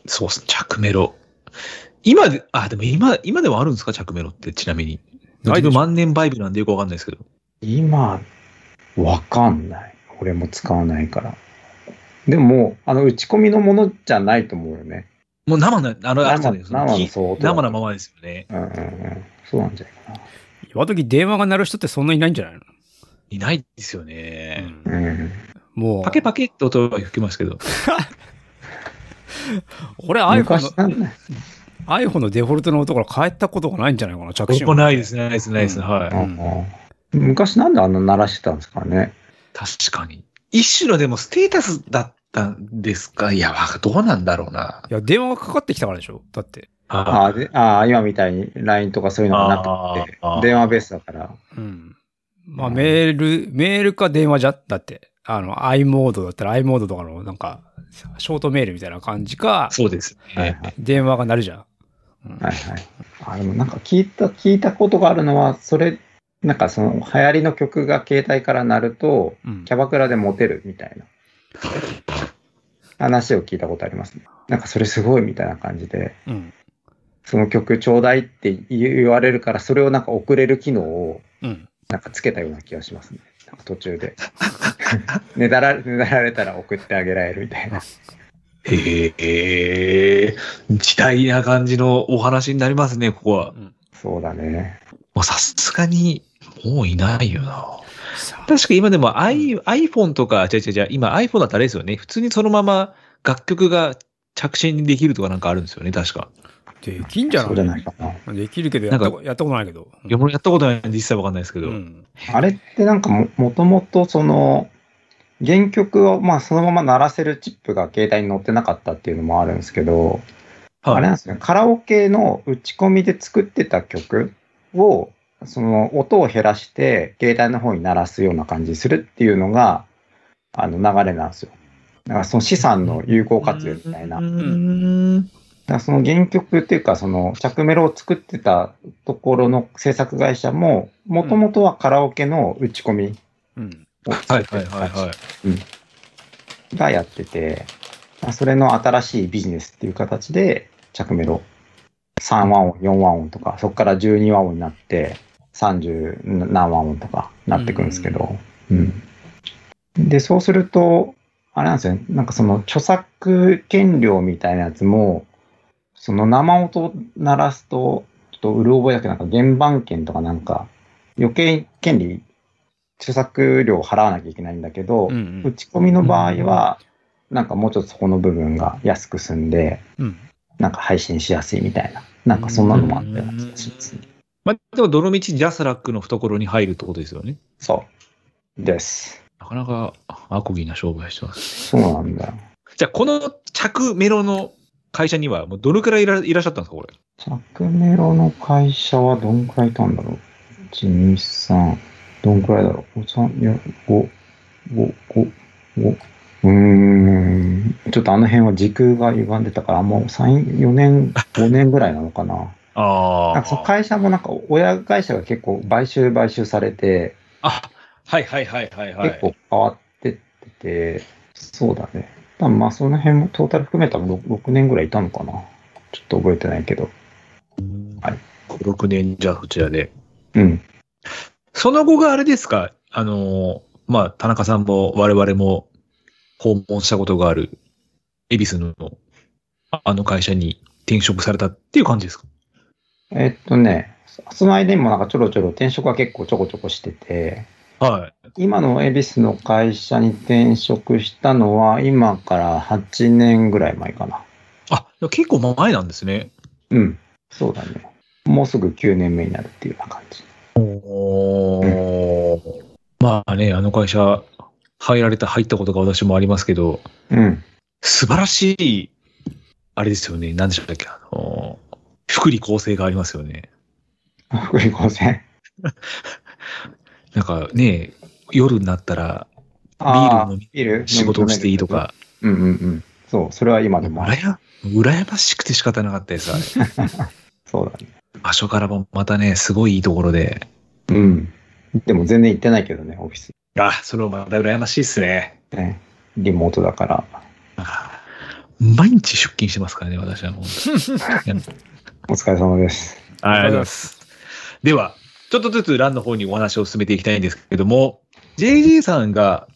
A: そうっすね、着メロ。今で、あ、でも今、今でもあるんですか着メロって、ちなみに。
B: な
A: 自
B: いで
A: 分
B: しょ
A: 万年バイブなんでよくわかんないですけど。
C: 今、わかんない。俺も使わないから。でも、あの、打ち込みのものじゃないと思うよね。
A: もう生の、あの、あれですよね
C: 生
A: その
C: 生の
A: き
C: そう音
A: 生のままですよね。
C: うんうんうん。そうなんじゃないかな。
B: 今時電話が鳴る人ってそんないないんじゃないの、
A: いないですよね。
B: うん
C: うん。
B: もう、
A: パケパケって音は吹きますけど。
B: 俺 iPhone の
C: 昔、なんだ
B: iPhone のデフォルトの音から変えたことがないんじゃないかな、着
A: 僕
B: 信
A: も
B: 音。
A: ないですね、ないですね、ないですね。は
C: う
A: い。
C: んうん昔なんであんな鳴らしてたんですかね。
A: 確かに。一種のでもステータスだったんですかいや、わかどうなんだろうな。
B: いや、電話がかかってきたからでしょだって。
A: あ
C: ああでああ、今みたいに LINE とかそういうのがなくて
A: あー、
C: 電話ベースだから。
B: うん。まあ、
C: うん
B: メール、メールか電話じゃ、だって。あの、i モードだったら i モードとかの、なんか、ショートメールみたいな感じか、
A: そうです
C: はい
A: ね。
C: はい
B: 電話が鳴るじゃん。うん
C: はいはい。あ、でもなんか聞いた、聞いたことがあるのは、それ、なんかその流行りの曲が携帯から鳴ると、
B: うん
C: キャバクラでモテるみたいな話を聞いたことありますね。なんかそれすごいみたいな感じで、
B: うん。
C: その曲ちょうだいって言われるから、それをなんか送れる機能を
B: うん。
C: なんかつけたような気がしますね。 なんか途中で。ねだら、ねだられたら送ってあげられるみたいな。
A: へえ、時代な感じのお話になりますね、ここは。
B: うん
C: そうだね。
A: もうさすがに、もういないよな。
B: さあ
A: 確か今でも i iPhone とか、違う違う違う、今 iPhone だったらあれですよね。普通にそのまま楽曲が着信できるとかなんかあるんですよね、確か。
B: できんじゃ
C: そうじゃ
B: な
C: ないいかな。
B: できるけどやった
A: な
B: こ、やったことないけど。
A: いや、もうやったことないんで実際わかんないですけ
B: う
A: ど。
B: ん。
C: あれってなんかも、もともとその、原曲をまあそのまま鳴らせるチップが携帯に載ってなかったっていうのもあるんですけど、あ
A: は
C: れ
A: い
C: なんですね、カラオケの打ち込みで作ってた曲を、その音を減らして、携帯の方に鳴らすような感じにするっていうのが、あの流れなんですよ。だからその資産の有効活用みたいな。
A: う
C: だか
A: ん
C: らその原曲っていうか、その着メロを作ってたところの制作会社も、もともとはカラオケの打ち込み
B: うん。
C: を
A: は
C: 作
A: い
C: って
A: はい
C: る
A: はいは
C: 会
A: い。
C: 社がやってて、まあそれの新しいビジネスっていう形で、着メロ3和音、4和音とか、そこから12和音になって、30何和音とかなってくるんですけど、うん。で、そうすると、あれなんですよね、なんかその著作権料みたいなやつも、その生音を鳴らすと、ちょっとうる覚えだけど、なんか原版権とかなんか、余計権利、著作料を払わなきゃいけないんだけど、
B: うんうん
C: 打ち込みの場合は、なんかもうちょっとそこの部分が安く済んで、
B: うん。
C: なんか配信しやすいみたいな、なんかそんなのもあったような気がしますね。
A: まあ、でも、どの道ジャスラックの懐に入るってことですよね。
C: そう。です。
A: なかなか、アコギな商売してます。
C: そうなんだよ。
A: じゃあ、この着メロの会社には、もうどのくらいいらいらっしゃったんですか、これ。
C: 着メロの会社はどんくらいいたんだろう ?1、2、3、どんくらいだろう ?3、いや、5、5、5、5。うーん。ちょっとあの辺は時空が歪んでたから、もう3、4年、5年ぐらいなのかな。
A: あ
C: なんかその会社もなんか親会社が結構買収買収されて、
A: あ、はいはいはいはいはい。
C: 結構変わってってて、そうだね。多分まあその辺もトータル含めたら 6, 6年ぐらいいたのかな。ちょっと覚えてないけど。はい
A: 5、6年じゃあそちらで。
C: うん。
A: その後があれですかあの、まあ、田中さんも我々も訪問したことがある、恵比寿のあの会社に転職されたっていう感じですか
C: えっとね、そその間にもなんかちょろちょろ転職は結構ちょこちょこしてて、
A: はい。
C: 今の恵比寿の会社に転職したのは今から8年ぐらい前かな。
A: あ、でも結構前なんですね。
C: うん。そうだね。もうすぐ9年目になるっていうような感じ。
A: おーまあね、あの会社、入られた、入ったことが私もありますけど、
C: うん。
A: 素晴らしい、あれですよね、何でしたっけ、あの、福利厚生がありますよね。
C: 福利厚生。
A: なんかね、夜になったら
C: あ
A: ビール飲み
C: ビール
A: 仕事をしていいと。か、
C: うんうんうん。そう、それは今でもある。
A: 羨ま羨ましくて仕方なかったです、 あれ。
C: そうだね
A: 場所からもまたね、すごいいいところで。
C: うん。でも全然行ってないけどね、オフィス。
A: あ、それもまた羨ましいっすね。
C: ね、リモートだから。
A: あ毎日出勤してますからね、私はもう。
C: お疲れ様です。
A: はい、ありがとうございます。では、ちょっとずつランの方にお話を進めていきたいんですけども、JJ さんが、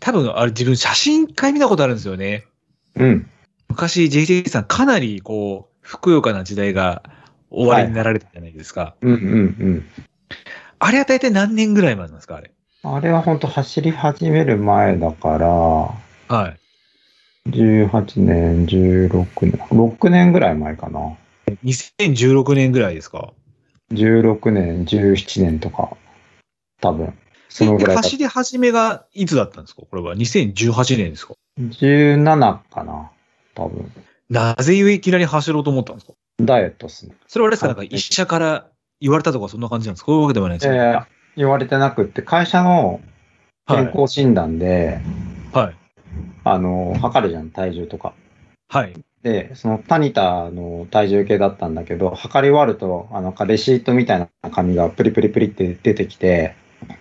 A: 多分、あれ自分写真一回見たことあるんですよね。
C: うん。
A: 昔 JJ さんかなりこう、ふくよかな時代が終わりになられたじゃないですか。
C: うんうん
A: あれは大体何年ぐらい前なんですか、あれ。
C: うん。あれは本当走り始める前だから、
A: はい。
C: 18年、16年、6年ぐらい前かな。
A: 2016年ぐらいですか。
C: 16年、17年とか、多分。そのぐらいか。
A: 走り始めがいつだったんですかこれは2018年ですか
C: 17かな。多分。
A: なぜゆえいきなり走ろうと思ったんですか
C: ダイエットっすね。
A: それはあれですか、
C: は
A: ないんか一社から言われたとかそんな感じなんですかそういうわけではないです
C: え
A: よね
C: ー言われてなくって、会社の健康診断で、
A: はい。はい。
C: あの、測るじゃん、体重とか。
A: はい。
C: で、そのタニタの体重計だったんだけど、測り終わると、あの、レシートみたいな紙がプリプリプリって出てきて、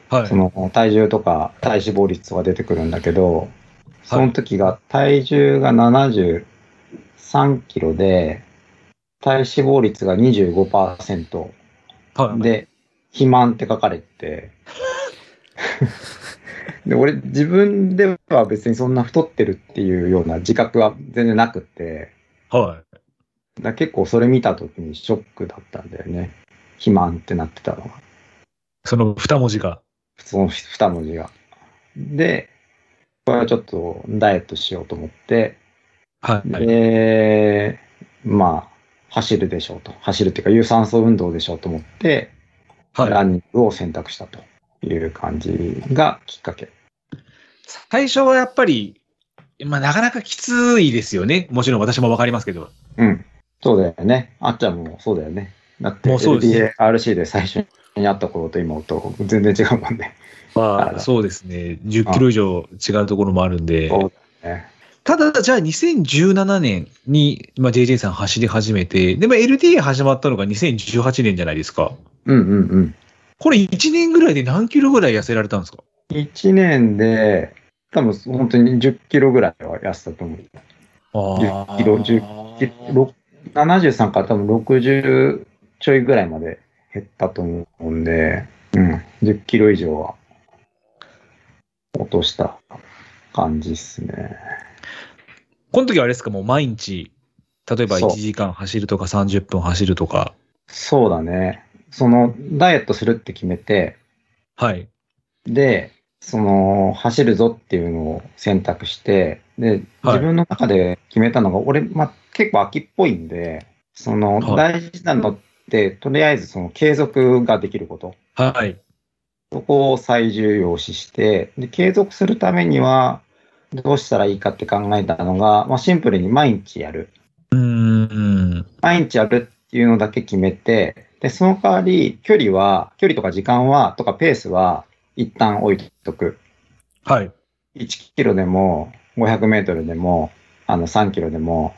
A: はい
C: そ。の体重とか体脂肪率とか出てくるんだけど、その時が体重が73キロで、体脂肪率が25%
A: はい。
C: で、肥満って書かれて、で俺自分では別にそんな太ってるっていうような自覚は全然なくて、
A: は
C: だから結構それ見た時にショックだったんだよね。肥満ってなってたのが。
A: い。その二文字が。
C: その二文字が。で、これはちょっとダイエットしようと思って、
A: はい。はい、
C: で、まあ、走るでしょうと。走るっていうか、有酸素運動でしょうと思って、ランニングを選択したという感じがきっかけ。
A: 最初はやっぱり、まあ、なかなかきついですよね。もちろん私もわかりますけど。
C: うん。そうだよね。あっちゃんもそうだよね。だって、
A: もうそうです
C: LDRC で最初に会った頃と今と全然違うも んね。
A: ま
C: あ
A: あ、そうですね。10キロ以上違うところもあるんで。
C: そうだよね。
A: ただ、じゃあ2017年に、まあ、JJ さん走り始めて、で、まあ、LTA 始まったのが2018年じゃないですか。
C: うんうんうん。
A: これ1年ぐらいで何キロぐらい痩せられたんですか
C: 1年で、多分本当に10キロぐらいは痩せたと思う。10キロ
A: 10
C: でろ73から多分60ちょいぐらいまで減ったと思うんで、うん、10キロ以上は落とした感じっすね。
A: この時はあれですか、もう毎日、例えば
C: そう
A: 1時間走るとか30分走るとか。
C: そうだね。その、ダイエットするって決めて、
A: はい。
C: で、その、走るぞっていうのを選択して、で、
A: はい
C: 自分の中で決めたのが、俺、まあ、結構秋っぽいんで、その、
A: は
C: 大事なのって、とりあえずその、継続ができること。
A: はい。
C: そこを最重要視して、で継続するためには、どうしたらいいかって考えたのが、まあ、シンプルに毎日やる。
A: うーん。
C: 毎日やるっていうのだけ決めて、で、その代わり、距離は、距離とか時間は、とかペースは、一旦置いとく。
A: はい。
C: 1キロでも、500メートルでも、あの、3キロでも、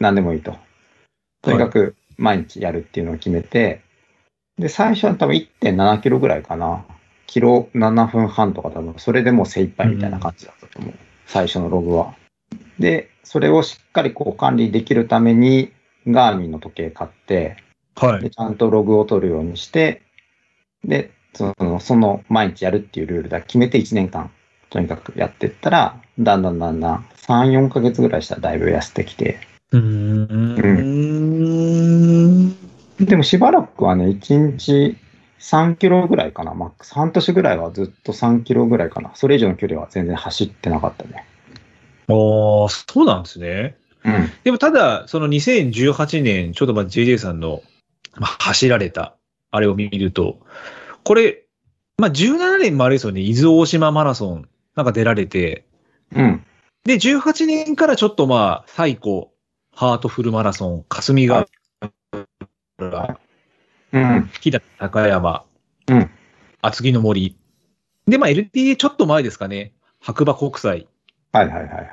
C: 何でもいいと。とにかく、毎日やるっていうのを決めて、で、最初は多分1.7キロぐらいかな。キロ7分半とか多分、それでもう精一杯みたいな感じだったと思う。最初のログは。で、それをしっかりこう管理できるために、ガーミンの時計買って、
A: は
C: で、
A: い。
C: ちゃんとログを取るようにして、で、その、その毎日やるっていうルールだけ決めて1年間、とにかくやってったら、だんだんだんだん、3、4ヶ月ぐらいしたらだいぶ痩せてきて、
A: うーん。
C: でもしばらくはね、1日3キロぐらいかな、マックス半年ぐらいはずっと3キロぐらいかな、それ以上の距離は全然走ってなかったね。
A: ああ、そうなんですね。
C: うん。
A: でもただ、その2018年、ちょっとまあ JJ さんの、まあ、走られた、あれを見ると、これ、まあ17年もあれですよね、伊豆大島マラソンなんか出られて、
C: うん。
A: で、18年からちょっとまあ、最古、ハートフルマラソン、霞ヶ浦、
C: うん。
A: 飛騨高山、
C: うん
A: 厚木の森。で、まあ LTA ちょっと前ですかね、白馬国際。
C: はいはいはいはい。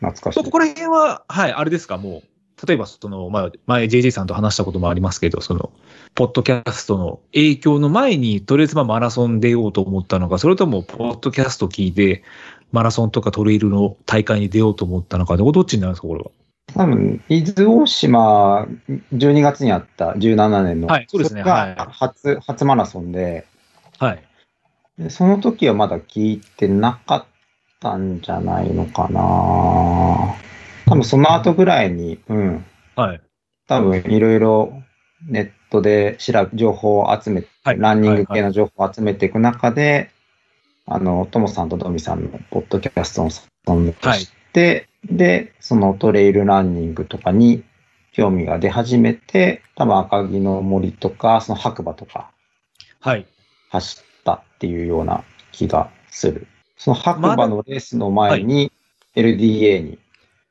C: 懐かし
A: そ
C: い。
A: うここら辺は、はい、あれですか、もう、例えば、その、まあ、前、JJ さんと話したこともありますけど、その、ポッドキャストの影響の前に、とりあえず、まあ、マラソン出ようと思ったのか、それとも、ポッドキャスト聞いて、マラソンとかトレイルの大会に出ようと思ったのか、どどっちになるんですか、これは。
C: 多分、伊豆大島、12月にあった17年の、
A: はいそうですね
C: れが
A: はい
C: 初、初マラソンで、
A: はい。
C: でその時はまだ聞いてなかったんじゃないのかな多分その後ぐらいに、うん、
A: はい。
C: 多分いろいろネットで調べ、情報を集めて、
A: はい。
C: ランニング
A: はい
C: 系
A: はい
C: の情報を集めていく中で、あの、トモさんとドミさんのポッドキャストの参加をして、で、そのトレイルランニングとかに興味が出始めて、多分赤城の森とか、その白馬とか
A: はい。
C: 走ったっていうような気がする。その白馬のレースの前に LDA に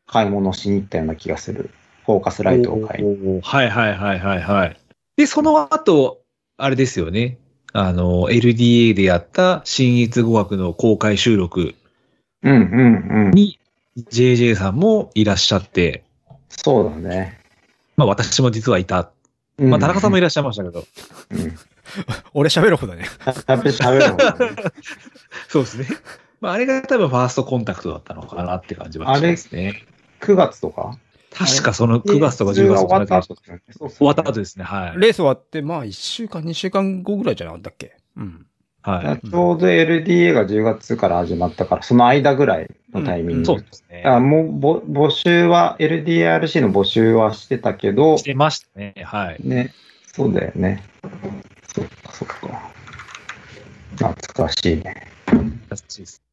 C: 買い物しに行ったような気がする。フォーカスライトを買いに。
A: おーはいはいはいはいはい。で、その後、あれですよね。あの、LDA でやった新越語学の公開収録、
C: うんうんうん。
A: JJ さんもいらっしゃって、
C: そうだね。
A: まあ私も実はいた。
C: うん
A: まあ田中さんもいらっしゃいましたけ ど。
C: うん
B: 俺喋る方だね。
C: 食べ、食べるもんね
A: そうですね。まああれが多分ファーストコンタクトだったのかなって感じはしますね。
C: 9月 とか
A: 確かその9月とか10月と
C: 終
A: か
C: わ
A: だ
C: っ
A: ったか
C: た後ですよね。そう
A: 終
C: そう
A: わった後ですね。はい。
B: レース終わって、まあ、1週間、2週間後ぐらいじゃなかったっけうん。
A: は
C: ちょうど LDA が10月から始まったから、その間ぐらいのタイミン
A: い。
C: グ。
A: そうですね。
C: あもうぼ募集は、LDRC の募集はしてたけど
A: し、てましたね。はい。
C: ね、そうだよね。そっかそっか。懐かしいね。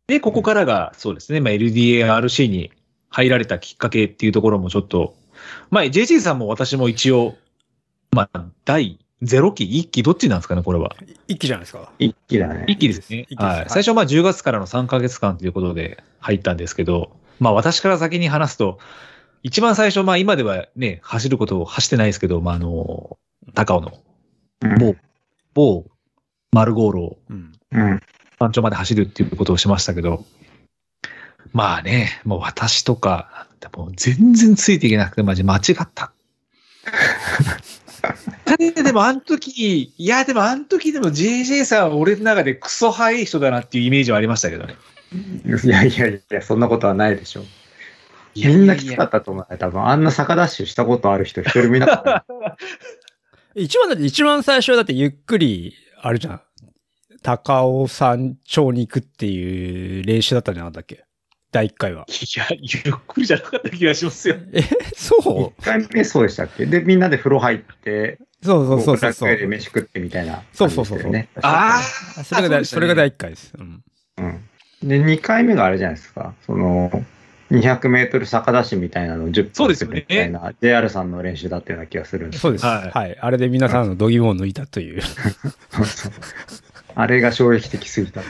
A: で、ここからが、そうですね、まあ、LDARC に入られたきっかけっていうところもちょっと、まあ、JC さんも私も一応、まあ、第0期、1期、どっちなんですかね、これは。
B: 一気じゃないですか。
C: 一気だね。
A: 1期ですね
B: 一。期です
A: は
B: は
A: い。
B: い
A: 最初、まあ、10月からの3ヶ月間ということで入ったんですけど、まあ、私から先に話すと、一番最初、まあ、今ではね、走ることを走ってないですけど、まあ、あの、高尾の
C: うん。
A: 某丸五郎
B: うん。
C: うん。
A: 山頂まで走るっていうことをしましたけど、まあね、もう私とか、もう全然ついていけなくて、マジ間違 った。だねでもあの時、いやでもあの時でも JJ さんは俺の中でクソ早い人だなっていうイメージはありましたけどね。
C: いやいやいや、そんなことはないでしょ。みんなきつかったと思うね。多分、あんな坂ダッシュしたことある人一人もいなかったよ。
B: 一番だって、一番最初はだってゆっくり、あれじゃん。高尾山頂に行くっていう練習だったんじゃなかったっけ第一回は。
A: いや、ゆっくりじゃなかった気がしますよ。
B: え、そ
C: 一回目そうでしたっけで、みんなで風呂入って、
B: うそうそうそうそう
C: 僕
B: そ
C: らで
B: う。
C: 飯食ってみたいな、
B: そうそうそうそう
C: ね。
A: ああ
B: そ
A: そう
B: れがだ、
A: でしたね
B: それが第一回です。うん。
C: うん。で、2回目があれじゃないですか。その、200メートル坂出しみたいなのを10
A: そう
C: 分
A: です
C: す
A: よ
C: る
A: ね
C: みたいな、JR さんの練習だったような気がするんです。
B: そうです。
A: はい
B: はい。あれで皆さんの度肝を抜いたという。
C: あれが衝撃的すぎた。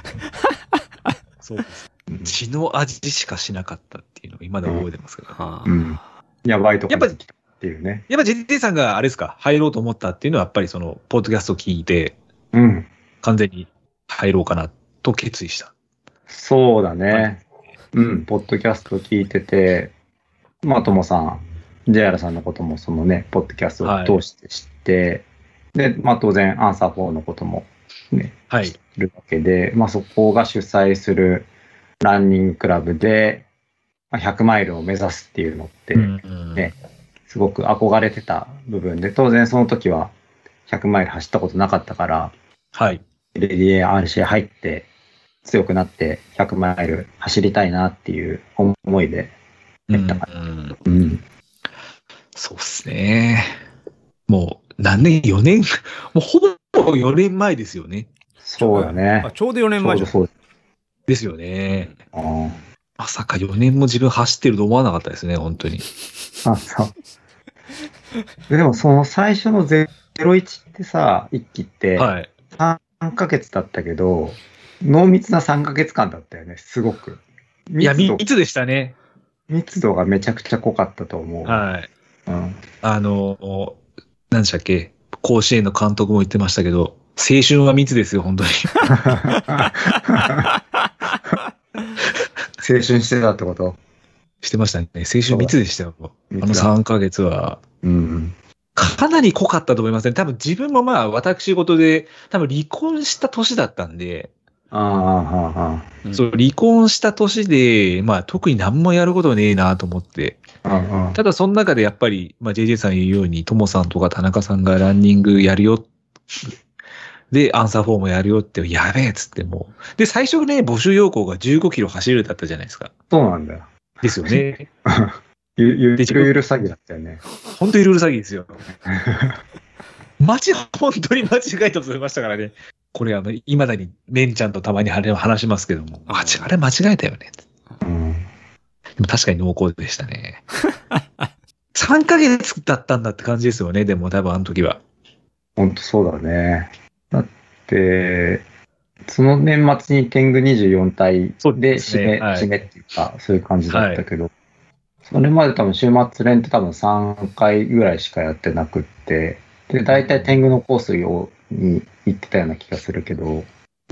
A: そうです。血の味しかしなかったっていうのが今でも覚えてますけど。
B: は
C: う
B: あ
C: ん。やばいとこに来たっていうね。
A: やっぱ JJ さんがあれですか、入ろうと思ったっていうのはやっぱりその、ポッドキャストを聞いて、
C: うん。
A: 完全に入ろうかなと決意した。
C: そうだね。うん。ポッドキャスト聞いてて、まあ、ともさん、JR さんのこともそのね、ポッドキャストを通して知って、で、まあ、当然、アンサー4のことも
A: はい。
C: いるわけで、まあ、そこが主催するランニングクラブで、まあ、100マイルを目指すっていうのって、ねすごく憧れてた部分で、当然その時は100マイル走ったことなかったから、
A: はい。
C: レディエ RC 入って強くなって100マイル走りたいなっていう思いで、
A: うん
C: うん、
A: そうっすね。もう何年 ?4 年 もうほぼ4年前ですよね。
C: そうだね
B: あ。ちょうど4
C: ち
B: 年
C: ょ
B: 前
C: う
B: じ
C: ど
B: ゃん。
C: そうだ
A: ですよね。
C: あ
A: まさか4年も自分走ってると思わなかったですね、本当に。
C: あそう。 でもその最初の01ってさ、1期って、
A: はい。
C: 3ヶ月だったけど、濃密な3ヶ月間だったよね、すごく。
A: いや、
C: 密度
A: 密でしたね。
C: 密度がめちゃくちゃ濃かったと思う。
A: はい。
C: うん、
A: あの、何でしたっけ甲子園の監督も言ってましたけど、青春は密ですよ、本当に。
C: 青春してたってこと
A: してましたね。青春密でしたよ。あ
C: 密
A: の
C: だ
A: 3ヶ月は。
C: うん。
A: かなり濃かったと思いますね。多分自分もまあ私事で、多分離婚した年だったんで、
C: ああ、あ
B: うん
A: そう、離婚した年で、まあ特に何もやることねえなと思って。
C: あ、ああ、ああ。
A: ただその中でやっぱり、まあ JJ さん言うように、ともさんとか田中さんがランニングやるよ。で、アンサー4もやるよって、やべえっつってもう。で、最初ね、募集要項が15キロ走るだったじゃないですか。
C: そうなんだよ。
A: ですよね。
C: ゆゆ
A: で
C: ゆ
A: 自分
C: るゆる詐欺だったよね。
A: 本当にルール詐欺ですよ。間違、本当に間違えたと思いましたからね。これ、あの、いまだに、レンちゃんとたまに話しますけども、あ、違う、あれ間違えたよね。
C: うん。
A: でも確かに濃厚でしたね。3ヶ月だったんだって感じですよね、でも多分あの時は。
C: ほんとそうだね。だって、その年末に天狗24体
A: そう
C: で
A: です
C: 締
A: ね
C: め、
A: はい
C: 締めっていうか、そういう感じだったけど、それまで多分週末連って多分3回ぐらいしかやってなくって、で、大体天狗のコースをに行ってたような気がするけど、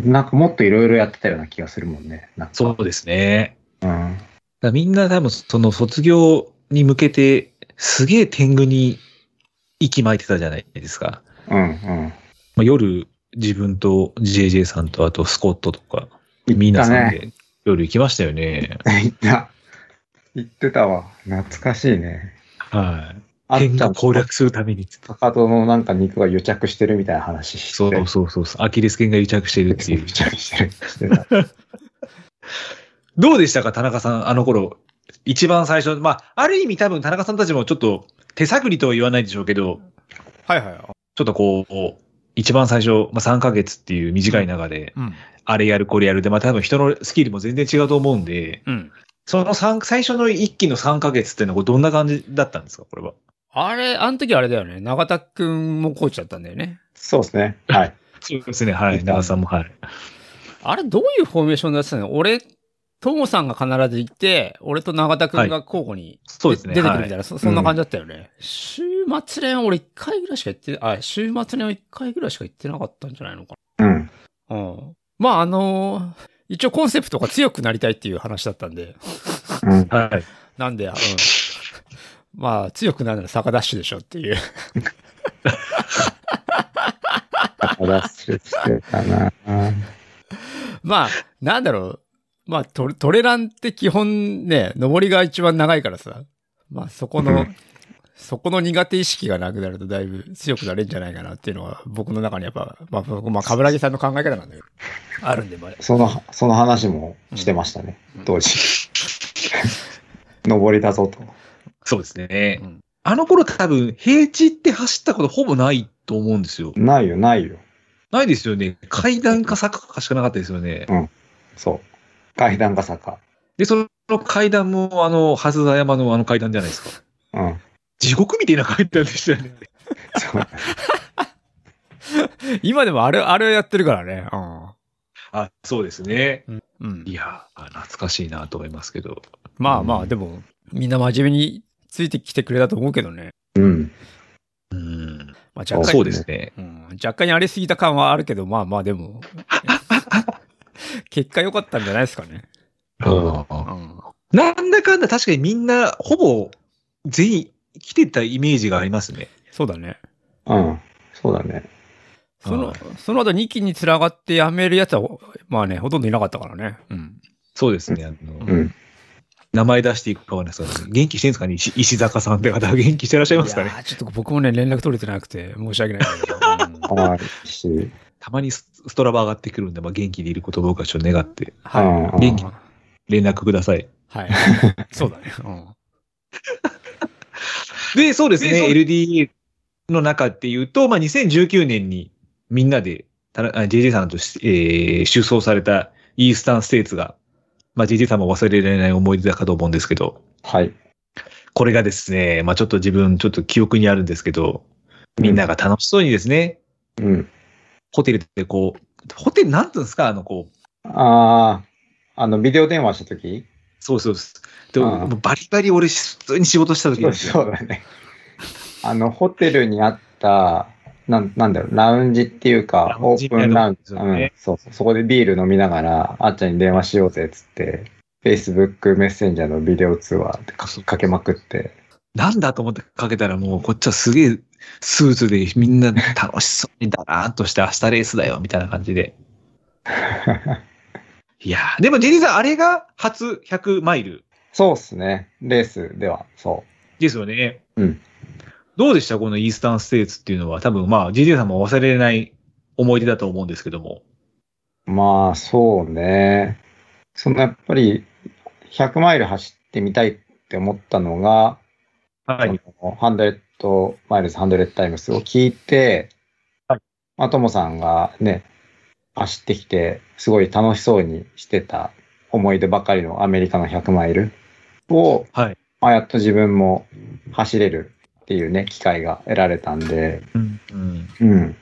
C: なんかもっといろいろやってたような気がするもんね。なんか
A: そうですね。
C: うん。
A: だからみんな多分その卒業に向けて、すげえ天狗に息巻いてたじゃないですか。
C: うんうん。
A: まあ、夜、自分と JJ さんと、あとスコットとか、みんなさんで夜行きましたよね。
C: 行った。行ってたわ。懐かしいね。
A: はい。
C: あっ
A: 変
C: ちゃ
A: 化
C: ん
A: 攻略するためにっつって。
C: かかとのなんか肉が癒着してるみたいな話して。
A: そうそうそうそう。アキレス腱が癒着してるっていう
C: 癒。着してるしてた。
A: どうでしたか、田中さん、あの頃。一番最初。まあ、ある意味多分田中さんたちもちょっと手探りとは言わないでしょうけど、
B: はいはい。
A: ちょっとこう、一番最初、まあ3ヶ月っていう短い中で、
B: うん。
A: あれやるこれやるで、まあ多分人のスキルも全然違うと思うんで、
B: うん。
A: その三最初の一期の3ヶ月っていうのはこれどんな感じだったんですか、これは。
B: あれ、あの時あれだよね。永田くんもコーチだったんだよね。
C: そうですね。はい。
A: そうですね、はい。長さんも、はい。
B: あれ、どういうフォーメーションだってたの俺、ともさんが必ず行って、俺と永田くんが交互に
A: そうですね、
B: 出てくるみ
A: は
B: たいな、
A: い。
B: そそんな感じだったよね。週末練俺一回ぐらいしか行って、あ、週末練は一回ぐらいしか行ってなかったんじゃないのか
C: うん。
B: な。うん。まあ、あのー一応コンセプトが強くなりたいっていう話だったんで、
C: うん。
A: はい。
B: なんで、うん。 まあ、強くなるなら逆ダッシュでしょっていう。
C: お出ししてたな。
B: まあ、なんだろう。まあトレ、トレランって基本ね、上りが一番長いからさ。まあ、そこ
C: う
B: の
C: ん、
B: そこの苦手意識がなくなるとだいぶ強くなれるんじゃないかなっていうのは、僕の中にやっぱ、まあ、僕まあ、冠城さんの考え方なんだけど、あるんで、まあ、
C: その、その話もしてましたね
B: うん。
C: 当時。登りだぞと。
A: そうですね。
B: うん
A: あの頃多分、平地って走ったことほぼないと思うんですよ。
C: ないよ、ないよ。
A: ないですよね。階段か坂かしかなかったですよね。
C: そう。階段が坂。
A: で、その階段も、あの、はずだ山のあの階段じゃないですか。
C: うん。
A: 地獄みたいな階段でしたよね。
C: そう。
B: 今でもあれ、あれをやってるからね。
A: あ、そうですね。
B: うん。うん
A: い。やー、懐かしいなと思いますけど。
B: まあまあ、でも、みんな真面目についてきてくれたと思うけどね。
C: うん。
A: うん。
B: まあ、
C: あ
B: 若干
A: そうですね。
B: うん、若干に荒れすぎた感はあるけど、まあまあでも、結果良かったんじゃないですかね。
C: うん
A: うん
B: うん。
A: なんだかんだ確かにみんな、ほぼ、全員、来てたイメージがありますね。
B: そうだね。
C: うん。そうだね。
B: その
A: は、
B: その後2期につながって辞めるやつは、まあね、ほとんどいなかったからね。うん。
A: そうですね。あの、
C: うん。
A: 名前出していくかはないですけど元気してるんですかね石石坂さんって方、元気してらっしゃいますかね
B: いやーちょっと僕もね、連絡取れてなくて、申し訳ないんだけど。うん
C: かわいいし。
A: たまにスストラバ上がってくるんで、まあ、元気でいることを僕はちょっと願って、
B: は
C: うん
B: い。
A: 元気連絡ください。
B: はい。そうだね。うん。
A: で、そうです
D: でそ
A: ね、
D: う
A: LDA の中っていうと、まあ、2019年にみんなで、たなあ JJ さんとし、えー、出走されたイースタンステーツが、まあ、JJ さんも忘れられない思い出だかと思うんですけど、
C: はい。
A: これがですね、まあ、ちょっと自分、ちょっと記憶にあるんですけど、みんなが楽しそうにですね、
C: うん。
A: ホテルでこう、ホテルなんていうんですか、あの、こう、
C: ああ、あの、ビデオ電話した時
A: そうそうです。でも
C: ああ
A: もうバリバリ俺、普通に仕事した時なんですよ。
C: そうだね。あの、ホテルにあった、なんなんだろう、ラウンジっていう
A: ラ
C: か、
A: ウン
C: オ
A: ジ
C: ープンラウンジ、
A: みたいなとこですよね
C: うん、そうそう、そこでビール飲みながら、あっちゃんに電話しようぜっつって、Facebook メッセンジャーのビデオ通話でかかけまくって、
A: なんだと思ってかけたらもうこっちはすげえスーツでみんな楽しそうにだらーっとして明日レースだよみたいな感じで。いやーでもジェリーさんあれが初100マイル
C: そうっすね、レースでは、そ
A: ですよね。
C: うん。
A: どうでしたこのイースタンステーツっていうのは多分まあ JJ さんも忘れられない思い出だと思うんですけども。
C: う。まあ、そうね。そのやっぱり、100マイル走ってみたいって思ったのが、
A: は
C: そ。のハンドレッドマイルズ、ハンドレッドタイムスを聞いて、
A: はい
C: まあ、トモさんがね、走ってきて、すごい楽しそうにしてた思い出ばかりのアメリカの100マイルを、
A: はい。
C: まあ、やっと自分も走れるっていうね、機会が得られたんで、
A: うん。うん、
C: うん。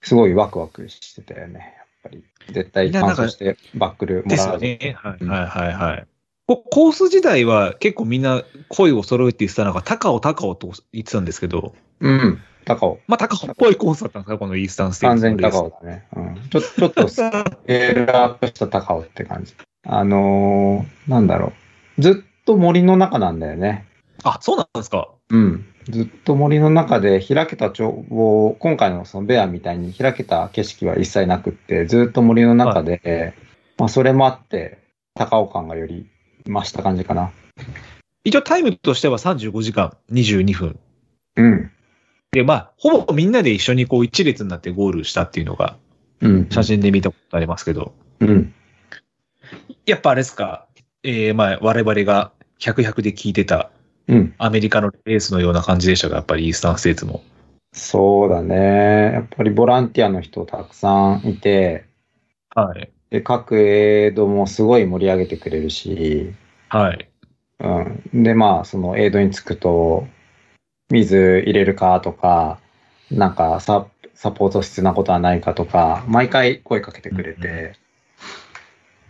C: すごいワクワクしてたよね、やっぱり。絶対
A: いや
C: 完
A: なんか
C: 走してバックルも
A: です
C: ら
A: よ
C: う。
A: ね。はい
C: うん
A: はいはいはい。こコース自体は結構みんな声を揃えて言ってたのが高尾高尾と言ってたんですけど、
C: うん。高尾。
A: まあ、高尾っぽいコースだったんですかこのイースタンステー
C: 完
A: ジ
C: 全
A: の
C: に
A: レース。
C: 高尾だね。うん。ちょちょっとスケールアップした高尾って感じ。あのー、なんだろう。ずっと森の中なんだよね。
A: あ、そうなんですか。
C: うん。ずっと森の中で開けた眺望、今回のそのベアみたいに開けた景色は一切なくって、ずっと森の中で、まあそれもあって、高尾感がより増した感じかな。
A: 一応タイムとしては35時間22分
C: うん。
A: で、まあ、ほぼみんなで一緒にこう一列になってゴールしたっていうのが、
C: うん。
A: 写真で見たことありますけど、
C: うん。
A: やっぱあれですか、えー、まあ、我々が100、100で聞いてた
C: うん。
A: アメリカのレースのような感じでしたが、やっぱりイースタンステーツも。
C: そうだね。やっぱりボランティアの人たくさんいて、
A: はい。
C: で各エイドもすごい盛り上げてくれるし、
A: はい。
C: うん。で、まあ、そのエイドに着くと、水入れるかとか、なんかササポート必要なことはないかとか、毎回声かけてくれて、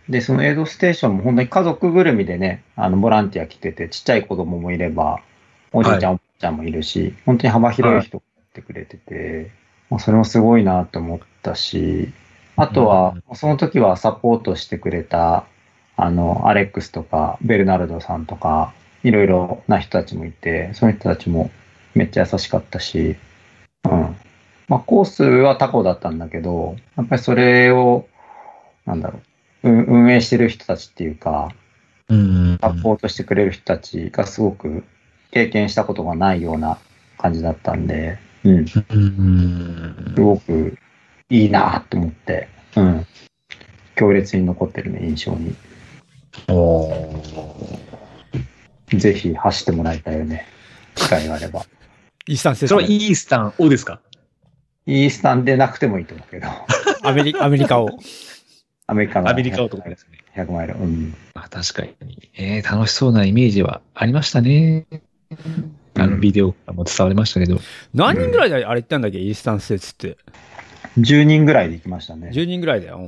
C: で、そのエイドステーションも本当に家族ぐるみでね、あの、ボランティア来てて、ちっちゃい子供もいれば、おじいちゃん、おばあちゃんもいるし、本当に幅広い人がやってくれてて、まあそれもすごいなと思ったし、あとは、その時はサポートしてくれた、あの、アレックスとか、ベルナルドさんとか、いろいろな人たちもいて、その人たちもめっちゃ優しかったし、うん。まあ、コースはタコだったんだけど、やっぱりそれを、なんだろう、うん運営してる人たちっていうか、
A: うん。
C: サポートしてくれる人たちがすごく経験したことがないような感じだったんで、うん、す
A: うん。
C: ごくいいなと思って、うん、強烈に残ってるね、印象に。
A: お
C: ぜひ走ってもらいたいよね、機会があれば。
B: イースタンステ
A: それ
B: ー
A: は
B: ツね
A: イースタンをですか
C: イースタンでなくてもいいと思 うけど、
B: アメリアメリカを。
C: アメリカの
A: アメリカをとかですね。
C: 100マイル。うん。
A: あ確かに。えー、楽しそうなイメージはありましたね。あのビデオからも伝わりましたけど。
B: 何人ぐらいであれ行ったんだっけイースタンステーツって。
C: 10人ぐらいで行きましたね。
B: 10人ぐらいだよ。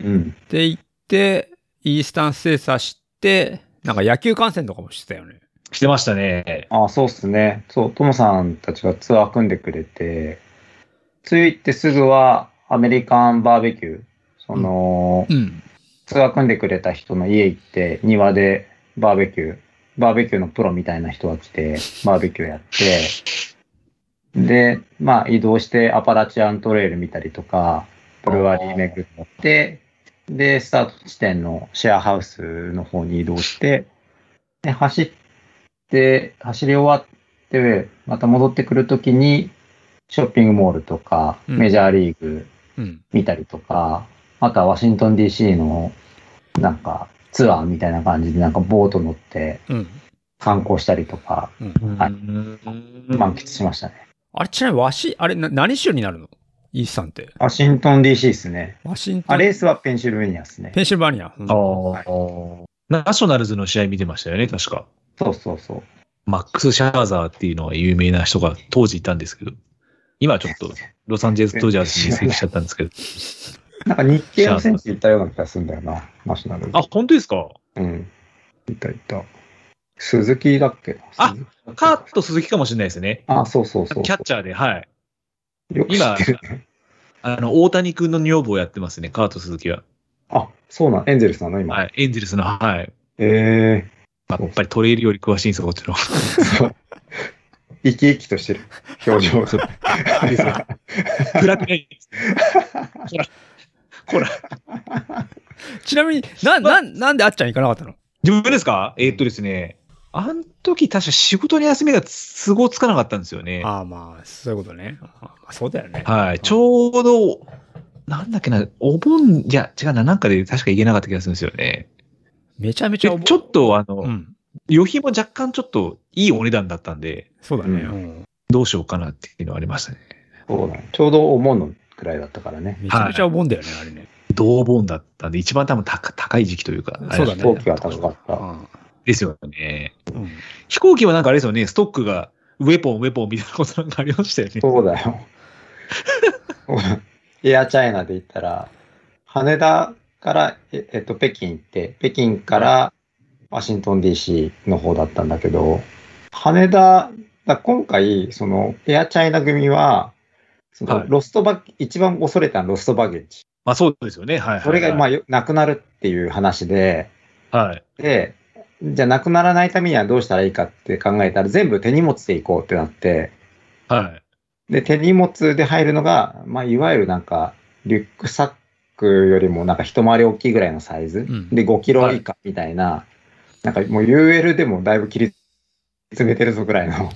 B: うん
C: うん。
B: で、行って、イースタンステーツ走って、なんか野球観戦とかもしてたよね。
A: してましたね。
C: あそうっすね。そう、トモさんたちがツアー組んでくれて、着いてすぐはアメリカンバーベキュー、その、
B: うん。
C: ツアー組んでくれた人の家行って、庭でバーベキュー、バーベキューのプロみたいな人が来て、バーベキューやって、で、まあ移動してアパラチアントレイル見たりとか、ブルワリー巡って、で、スタート地点のシェアハウスの方に移動して、で、走って、走り終わって、また戻ってくるときに、ショッピングモールとか、
B: うん
C: メジャーリーグ、
B: うん。
C: 見たりとか、あとはワシントン DC のなんかツアーみたいな感じでなんかボート乗って
B: うん。
C: 観光したりとかはい満喫しましたね。
B: あれ、ちなみにワシ、あれ、な何州になるのイースタンって。
C: ワシントン DC ですね。
B: ワシントン。
C: あ、レースはペンシルベニアですね
B: ペ。ンシルバニア。うん
A: あーナショナルズの試合見てましたよね、確か。
C: そうそうそう。
A: マックス・シャーザーっていうのが有名な人が当時いたんですけど、今はちょっとロサンゼルス・ドジャースに移籍しちゃったんですけ ど。
C: なんか日系の選手いたような気がするんだよな、ナショナル。
A: あ、本当ですか
C: うん。いたいた。鈴木だっけ
A: あ
C: 鈴木だっけ
A: カート鈴木かもしれないですね。
C: あ、そうそうそう。
A: キャッチャーで、はい。
C: よく知ってるね。
A: あの、大谷君の女房をやってますね、カート鈴木は。
C: あ、そうなん、エンゼルスなの今。
A: はい。エンゼルスの、はい。
C: え
A: まあやっぱりトレイルより詳しいんですよ、こっちの。
C: えー。 生き生きとしてる表情が。
A: そうですよ 暗くないです。ほら、ほら。
B: ちなみに、な、な、なんであっちゃん行かなかったの
A: 自分ですかえーっとですね、あん時確か仕事の休みが都合つかなかったんですよね。
B: ああ、まあ、そういうことね。あーまあ、そうだよね。
A: はい。ちょうど、なんだっけな、お盆、いや、違うな、なんかで確か行けなかった気がするんですよね。
B: めちゃめち
A: で
B: ゃおぼ
A: ちょっと、あの、
B: うん。
A: 旅費も若干ちょっといいお値段だったんで、
B: そうだね。
C: う
B: うん
A: どうしようかなっていうのはありましたね。
C: そうだね。 ちょうどお盆のくらいだったからね。
B: めちゃめちゃお盆だよね、あれね。
A: 同盆だったんで、一番多分高高い時期というか、あれ
B: そうだね
C: 飛行機は高かった。
B: う
A: ですよね。
B: んうん
A: 飛行機はなんかあれですよね、ストックが、ウェポン、ウェポンみたいなことなんかありましたよね。
C: そうだよ。 エアチャイナで行ったら、羽田から、ええっと、北京行って、北京からワシントン DC の方だったんだけど、羽田、だ今回、その、エアチャイナ組は、そ
A: は
C: の
A: い
C: ロストバ、一番恐れたのはロストバゲージ。
A: まあそうですよね。はいはい、はい。
C: それが、まあ、よなくなるっていう話で、
A: あ、はい。
C: で、じゃあなくならないためにはどうしたらいいかって考えたら全部手荷物で行こうってなって、
A: はい。
C: で、手荷物で入るのが、まあ、いわゆるなんか、リュックサックよりもなんか一回り大きいぐらいのサイズ、
B: ん
C: で、5キロ以下みたいな、なんかもう UL でもだいぶ切り詰めてるぞぐらいの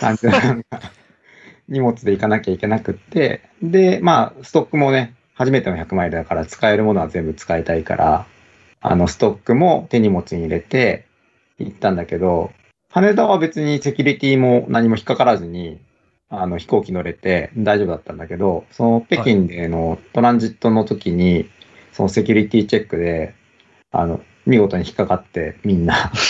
C: 感じでなんか荷物で行かなきゃいけなくって、で、まあ、ストックもね、初めての100マイルだから使えるものは全部使いたいから、あの、ストックも手荷物に入れて行ったんだけど、羽田は別にセキュリティも何も引っかからずに、あの、飛行機乗れて大丈夫だったんだけど、その北京でのトランジットの時に、そのセキュリティチェックで、あの、見事に引っかかって、みんな。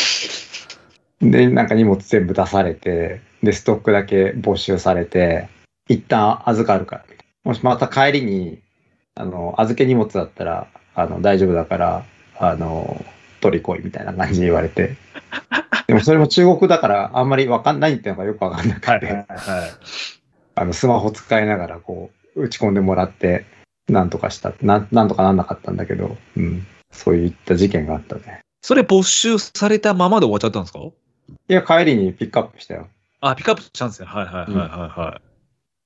C: で、なんか荷物全部出されて、で、ストックだけ没収されて、一旦預かるから。もしまた帰りに、あの、預け荷物だったら、あの、大丈夫だから、あの、取り来いみたいな感じで言わ れて。でもそれも中国だから、あんまりわかんないっていうのがよくわかんなくて、
A: はい。
C: あの、スマホ使いながら、こう、打ち込んでもらって、なんとかした。なん、なんとかなんなかったんだけど、うん。そういった事件があったね。
A: それ没収されたままで終わっちゃったんですか
C: いや、帰りにピックアップしたよ。
A: あ、ピックアップしたんですね。はいはいはいはいはい。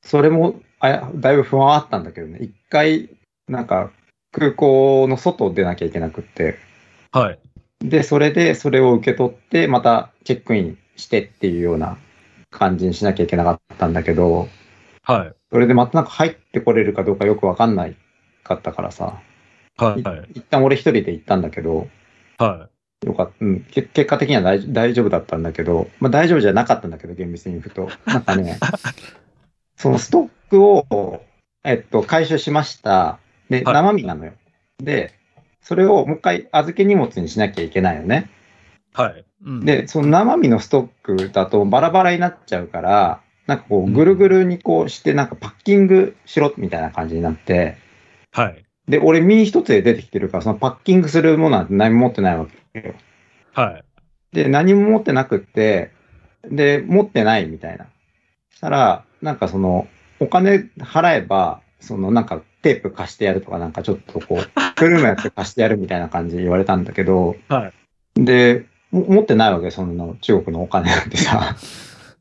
C: それも、あやだいぶ不安はあったんだけどね。一回、なんか、空港の外を出なきゃいけなくって。
A: はい。
C: で、それで、それを受け取って、またチェックインしてっていうような感じにしなきゃいけなかったんだけど、
A: はい。
C: それでまたなんか入ってこれるかどうかよくわかんないかったからさ。
A: はい。
C: い
A: はい。
C: 一旦俺一人で行ったんだけど、
A: は
C: よかった。うん。け結果的には大大丈夫だったんだけど、まあ大丈夫じゃなかったんだけど、厳密に言うと。なん かね、そのストックを、えっと、回収しました。で、
A: はい
C: 生身なのよ。で、それをもう一回預け荷物にしなきゃいけないよね。
A: い。はい。
B: うん、
C: で、その生身のストックだとバラバラになっちゃうから、なんかこう、ぐるぐるにこうして、なんかパッキングしろみたいな感じになって、
A: はい。
C: で、俺身一つで出てきてるから、そのパッキングするものなんて何も持ってないわけよ。
A: はい。
C: で、何も持ってなくって、で、持ってないみたいな。したら、なんかその、お金払えば、そのなんかテープ貸してやるとか、なんかちょっとこう、フルームやって貸してやるみたいな感じで言われたんだけど、。
A: はい
C: で、も持ってないわけ、その中国のお金なんてさ。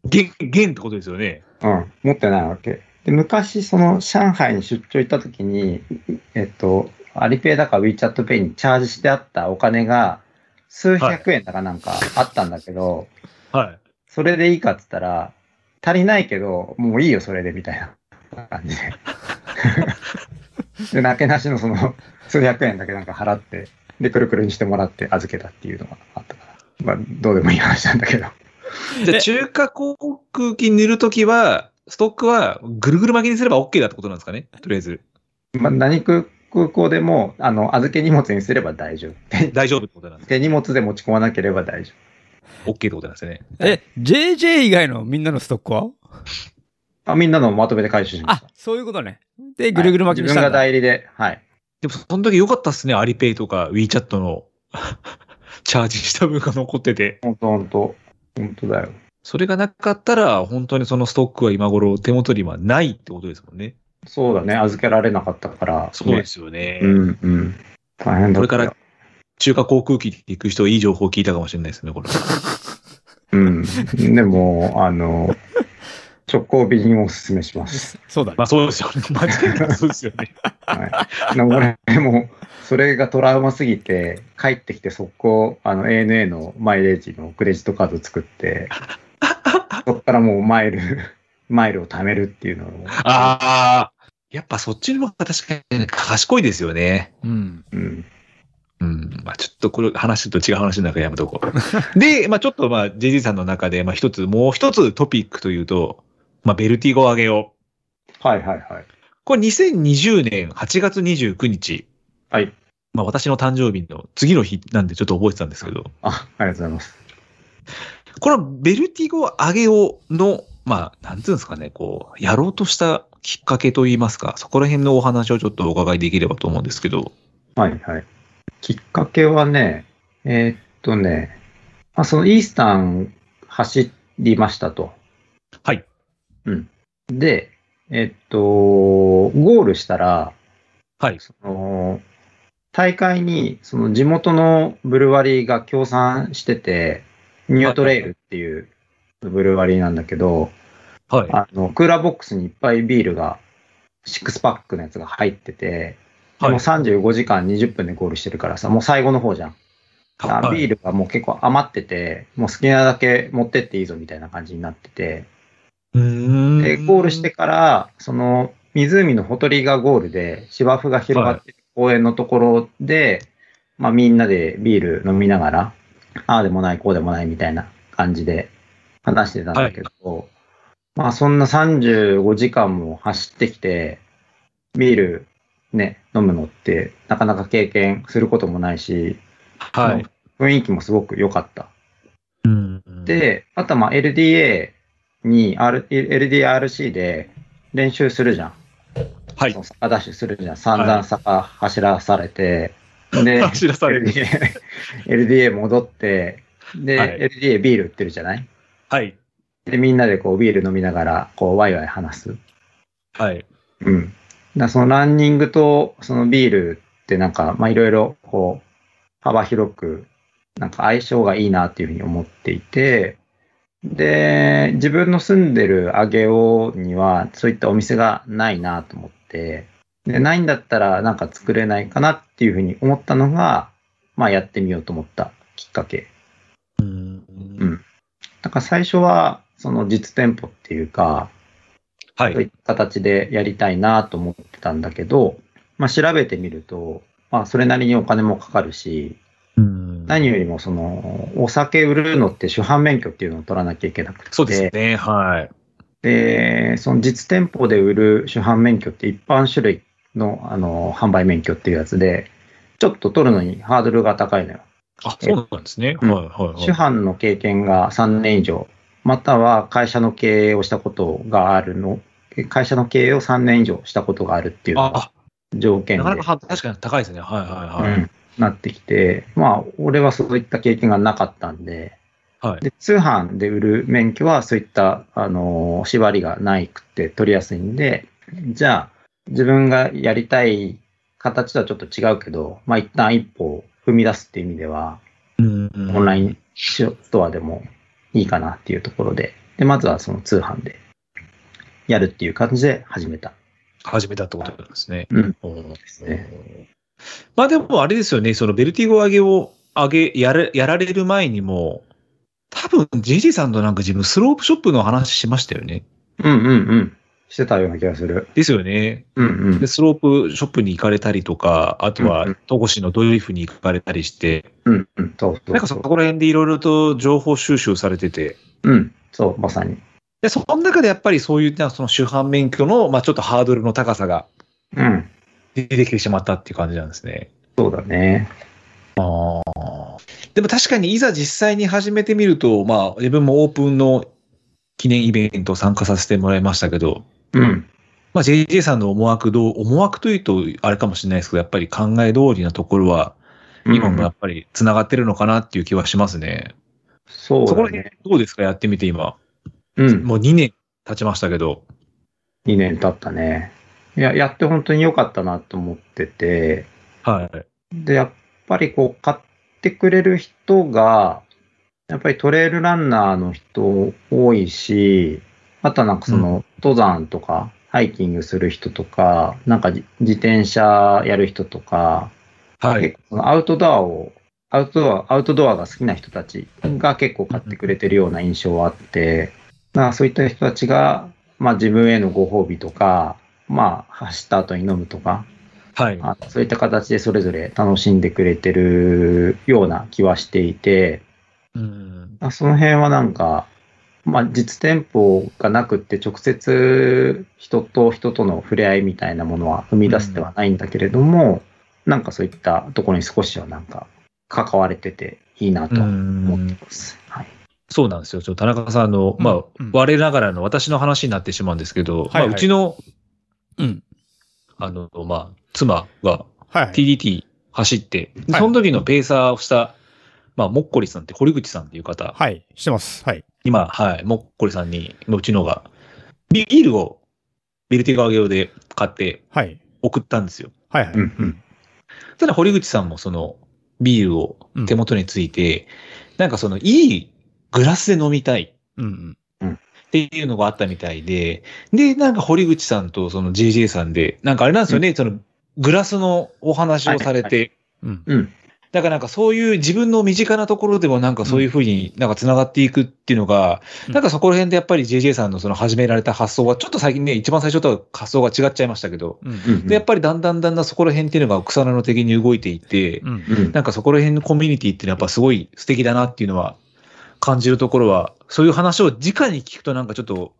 A: 元、元ってことですよね。
C: うん、持ってないわけ。で、昔、その、上海に出張行った時に、えっと、アリペイだか WeChat ペイにチャージしてあったお金が、数百円だかなんかあったんだけど、
A: はい。
C: それでいいかっつったら、足りないけど、もういいよ、それで、みたいな感じで。で、なけなしのその、数百円だけなんか払って、で、くるくるにしてもらって預けたっていうのがあったから。まあ、どうでもいい話なんだけど。
A: じゃあ
B: え
A: 中華航空機に塗るときは、ストックはぐるぐる巻きにすれば OK だってことなんですかねとりあえず。
C: まあ、何空港でも、あの、預け荷物にすれば大丈夫。
A: 大丈夫ってことなんです
C: で、荷物で持ち込まなければ大丈
A: OK ってことなんですよね。
B: え、JJ 以外のみんなのストックは
C: 夫。あみんなのまとめて回収しまし
B: あ
C: た。、
B: そういうことね。で、ぐるぐる巻きにし
C: 自
B: た
C: 分
B: んだ。
C: が代理で、はい。
A: でも、その時良かったっすね。アリペイとか WeChat の チャージした分が残ってて。
C: 本当本当本当だよ。
A: それがなかったら、本当にそのストックは今頃手元にはないってことですもんね。
C: そうだね。預けられなかったから。。
A: そうですすよね。
C: うん、うん。大変だ
A: こ
C: っ
A: れ
C: た
A: か
C: よ
A: ら中華航空機で行く人、いい情報聞いたかもしれないですね、これ。
C: うん。でも、あの、直行便をおすすめします。
B: そうだね
A: まあ。そうですよね。 間違いなくそうですよね。
C: はい。でも俺も、それがトラウマすぎて、帰ってきて速攻、あの、ANA のマイレージのクレジットカード 作って、そこからもうマイル、マイルを貯めるっていうのを、
A: ああ。やっぱそっちの方が確かに賢いですよね。
B: うん。
C: うん。
A: うん。まあちょっとこれ話と違う話の中でやめとこう。 で、まあちょっとまあ JJ さんの中で、まあ一つ、もう一つトピックというと、まあベルティゴを上げよう。
C: はいはいはい。
A: これ2020年8月29日。
C: はい。
A: まあ私の誕生日の次の日なんでちょっと覚えてたんですけど、
C: あ、ありがとうございます。
A: このベルティゴ上げをの、まあ、なんていうんですかね、こう、やろうとしたきっかけといいますか、そこら辺のお話をちょっとお伺いできればと思うんですけど。
C: はいはい。きっかけはね、えーっとね、まあ、そのイースタン走りましたと。
A: はい。
C: で、えっと、ゴールしたら、
A: はい。
C: あの大会にその地元のブルワリーが協賛してて、ニュートレイルっていうブルワリーなんだけど、
A: はい。
C: あのクーラーボックスにいっぱいビールが、シックスパックのやつが入ってて、で
A: は
C: も
A: い。
C: 35時間20分でゴールしてるからさ、もう最後の方じゃん。あ
A: はい
C: ビールがもう結構余ってて、もう好きなだけ持ってっていいぞみたいな感じになってて、
A: うーん。
C: で、ゴールしてから、その湖のほとりがゴールで、芝生が広がってる公園のところで、まあみんなでビール飲みながら、ああでもない、こうでもないみたいな感じで話してたんだけど、まあそんな35時間も走ってきて、ビールね、飲むのってなかなか経験することもないし、
A: はい。
C: 雰囲気もすごく良かった。
A: うん。、
C: で、あとはまあ LDA に、R、LDRC で練習するじゃん。
A: は
C: そ
A: い
C: の。坂ダッシュするじゃん。散々坂走らされて、で、
A: 走らされる。
C: LDA, LDA 戻って、で、
A: はい
C: LDA ビール売ってるじゃない
A: はい。
C: で、みんなでこうビール飲みながら、こうワイワイ話す。
A: はい。
C: うん。だからそのランニングとそのビールってなんか、まあいろいろこう、幅広く、なんか相性がいいなっていうふうに思っていて、で、自分の住んでる上尾にはそういったお店がないなと思って、で、ないんだったらなんか作れないかなっていうふうに思ったのが、まあやってみようと思ったきっかけ。
A: うん。
C: だから最初は、その実店舗っていうか、
A: は
C: そうい
A: い。
C: った形でやりたいなと思ってたんだけど、まあ、調べてみると、まあ、それなりにお金もかかるし、
A: うん
C: 何よりもその、お酒売るのって主犯免許っていうのを取らなきゃいけなくて、
A: そうですね。はい。
C: でその実店舗で売る主犯免許って一般種類のあの販売免許っていうやつで、ちょっと取るのにハードルが高いのよ。
A: あ、そうなんですね。は
C: う
A: い。
C: ん
A: はい。
C: 主
A: はい。
C: 犯の経験が3年以上、または会社の経営をしたことがあるの、会社の経営を3年以上したことがあるっていうのが
A: あ、
C: 条件
A: あ、なか
C: で
A: なかは確かに高いですね。はいはいうはい。
C: んなってきて、まあ、俺はそういった経験がなかったんで、
A: はい。
C: で通販で売る免許はそういった、あのー縛りがないくて取りやすいんで、じゃあ、自分がやりたい形とはちょっと違うけど、まあ、一旦一歩踏み出すっていう意味では、
A: オ
C: オンラインストアでもいいかなっていうところで、で、まずはその通販でやるっていう感じで始めた。
A: 始めたってことなんですね。
C: うん
A: うん
C: すね
A: まあでもあれですよね、そのベルティゴ上げを上げ、やれ、やられる前にも、多分、ジジさんとなんか自分スロープショップの話しましたよね。
C: うんうんうん。してたような気がする。
A: ですよね。
C: うんうん
A: で、。スロープショップに行かれたりとか、あと
C: うんう
A: は
C: ん、
A: 戸越のドリフに行かれたりして、
C: うんうん。そうそうそう。
A: なんかそこら辺でいろいろと情報収集されてて、
C: うん、そう、まさに。
A: で、その中でやっぱりそういう、その主犯免許の、まあちょっとハードルの高さが
C: うん、
A: 出てきてしまったっていう感じなんですね。
C: そうだね。
A: でも確かにいざ実際に始めてみると、まあ自分もオープンの記念イベント参加させてもらいましたけど、
C: うん、
A: まあ JJ さんの思惑どう、思惑というとあれかもしれないですけど、やっぱり考え通りなところは、今もやっぱり繋がってるのかなっていう気はしますね。
C: そう
A: そこら
C: だ
A: 辺
C: ね。
A: どうですかやってみて今。
C: うん、
A: もう2年経ちましたけど。
C: 2年経ったね。いや、やって本当に良かったなと思ってて、
A: はい。
C: で、やっぱりこう、買ってくれる人が、やっぱりトレイルランナーの人多いし、あとはなんかその、登山とか、ハイキングする人とか、なんかじ自転車やる人とか、
A: はい。
C: 結構そのアウトドアを、アウトドア、アウトドアが好きな人たちが結構買ってくれてるような印象はあって、まあそういった人たちが、まあ自分へのご褒美とか、まあ走った後に飲むとか、
A: はい。
C: あそういった形でそれぞれ楽しんでくれてるような気はしていて、
A: うん。
C: あその辺はなんか、まあ実店舗がなくって直接人と人との触れ合いみたいなものは生み出せてはないんだけれども、なんかそういったところに少しはなんか関われてていいなと
A: う
C: 思っ
A: ん
C: てます。はい。
A: そうなんですよ。ちょっと田中さんあの、まあ
B: うん、
A: 我ながらの私の話になってしまうんですけど、
B: はいはい
A: まあ、うちの
B: うん。
A: あの、まあ、妻が
B: はい。
A: TDT 走って、で
B: はい
A: その時のペーサーをした、まあ、もっこりさんって、堀口さんっていう方、
B: はい。してます。はい。
A: 今、はい、もっこりさんに、のうちのが、ビールをベルティガー用で買って
B: はい。
A: 送ったんですよ。
B: はいはい。
C: うんうん。
A: ただ、堀口さんもその、ビールを手元について、なんかその、いいグラスで飲みたい。
B: うんうん。
A: っていうのがあったみたいで、で、なんか堀口さんとその JJ さんで、なんかあれなんですよね、そのグラスのお話をされて、
B: うん。
C: うん。
A: だからなんかそういう自分の身近なところでもなんかそういうふうになんか繋がっていくっていうのが、
B: うん
A: なんかそこら辺でやっぱり JJ さんのその始められた発想は、ちょっと最近ね、一番最初とは発想が違っちゃいましたけど、
B: うん
C: うん
A: で、やっぱりだんだんだんだんそこら辺っていうのが草の的に動いていて、
B: うん
C: うん
A: なんかそこら辺のコミュニティっていうのはやっぱすごい素敵だなっていうのは感じるところは、そういう話を直に聞くとなんかちょっと、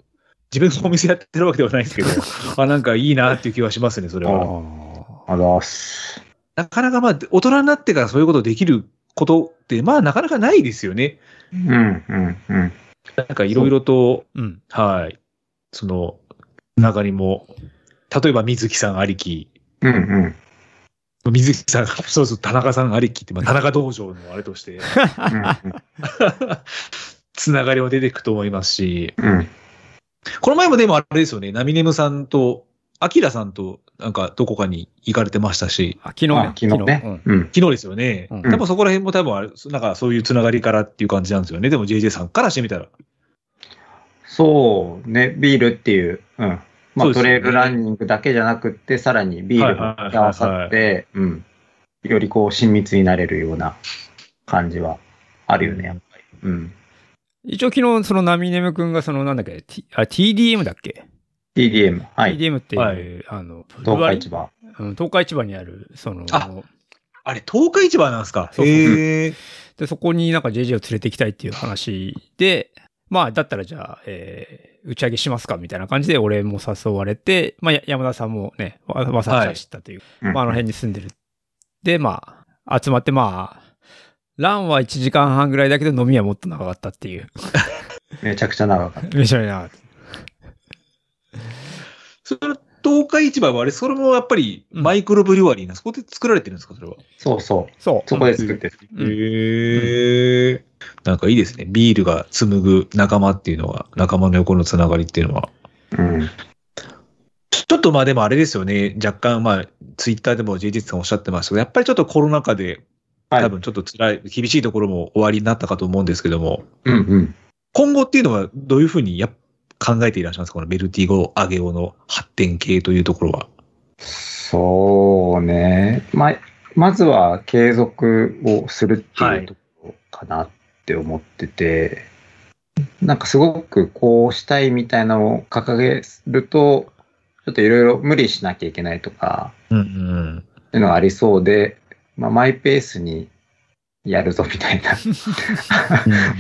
A: 自分のお店やってるわけではないですけど、 あ、なんかいいなっていう気はしますね、それ
C: あ
A: は。
C: あ、あざっす。
A: なかなかまあ、大人になってからそういうことできることって、まあ、なかなかないですよね。
C: うん、うん、うん。
A: なんかいろいろと、
B: うん。
A: はい。その、中にも、例えば水木さんありき、
C: うん、うん。
A: 水木さん、そうそう、田中さんありきって、まあ、田中道場のあれとして、つながりも出てくと思いますし、
C: うん、うん。
A: この前もでもあれですよね、ナミネムさんと、アキラさんと、なんかどこかに行かれてましたし、
B: あ、昨日ね
C: あ、昨日ね。。うん。
A: 昨日ですよね。
B: うん
A: 多分そこら辺も多分あれ、なんかそういうつながりからっていう感じなんですよね。でも JJ さんからしてみたら。
C: そうね、ビールっていう、うん。
A: そう
C: まあ、
A: です
C: ト
A: よね
C: レイルランニングだけじゃなくって、さらにビールが合わさって、うん。よりこう、親密になれるような感じはあるよね、やっぱり。うん。
B: 一応昨日、そのナミネム君が、そのなんだっけ、T- あ TDM だっけ
C: DDM、はい。
B: ?TDM って
A: はい
B: いう、あの、ブル
C: 東
B: ワ
C: 海
B: リ
C: 市場。
B: うん東海市場にある、その、
A: ああれ、10日市場なんですか
B: そうそう
A: へえ。
B: で、そこになんか JJ を連れてきたいっていう話で、まあ、だったらじゃあ、えー打ち上げしますかみたいな感じで俺も誘われて、まあ、や山田さんもね、わわさわさ知ったという、
C: うん
B: まあ、あの辺に住んでる。で、まあ、集まって、まあ、ランは1時間半ぐらいだけど飲みはもっと長かったっていう。
C: めちゃくちゃ長かった。
B: めちゃめちゃ長かった
A: それ、東海市場はあれ、それもやっぱりマイクロブリュワリーな、そこで作られてるんですか、それは。
C: そうそう。
B: そう。
C: そこで作ってる。
B: うん
A: へえ。なんかいいですね。ビールが紡ぐ仲間っていうのは、仲間の横のつながりっていうのは。
C: うん。
A: ちょちょっとまあでもあれですよね。若干まあ、ツイッターでも JJ さんおっしゃってましたけど、やっぱりちょっとコロナ禍で、
C: はい
A: 多分ちょっと辛い、厳しいところも終わりになったかと思うんですけども、
C: うんうん。
A: 今後っていうのはどういうふうにやっ考えていらっしゃいますかこのベルティゴ、アゲオの発展系というところは。
C: そうね。ま、まずは継続をするっていうところかなって思ってて、なんかすごくこうしたいみたいなのを掲げると、ちょっといろいろ無理しなきゃいけないとか、
A: うんうん。
C: っていうのがありそうで、まあ、マイペースにやるぞみたいな。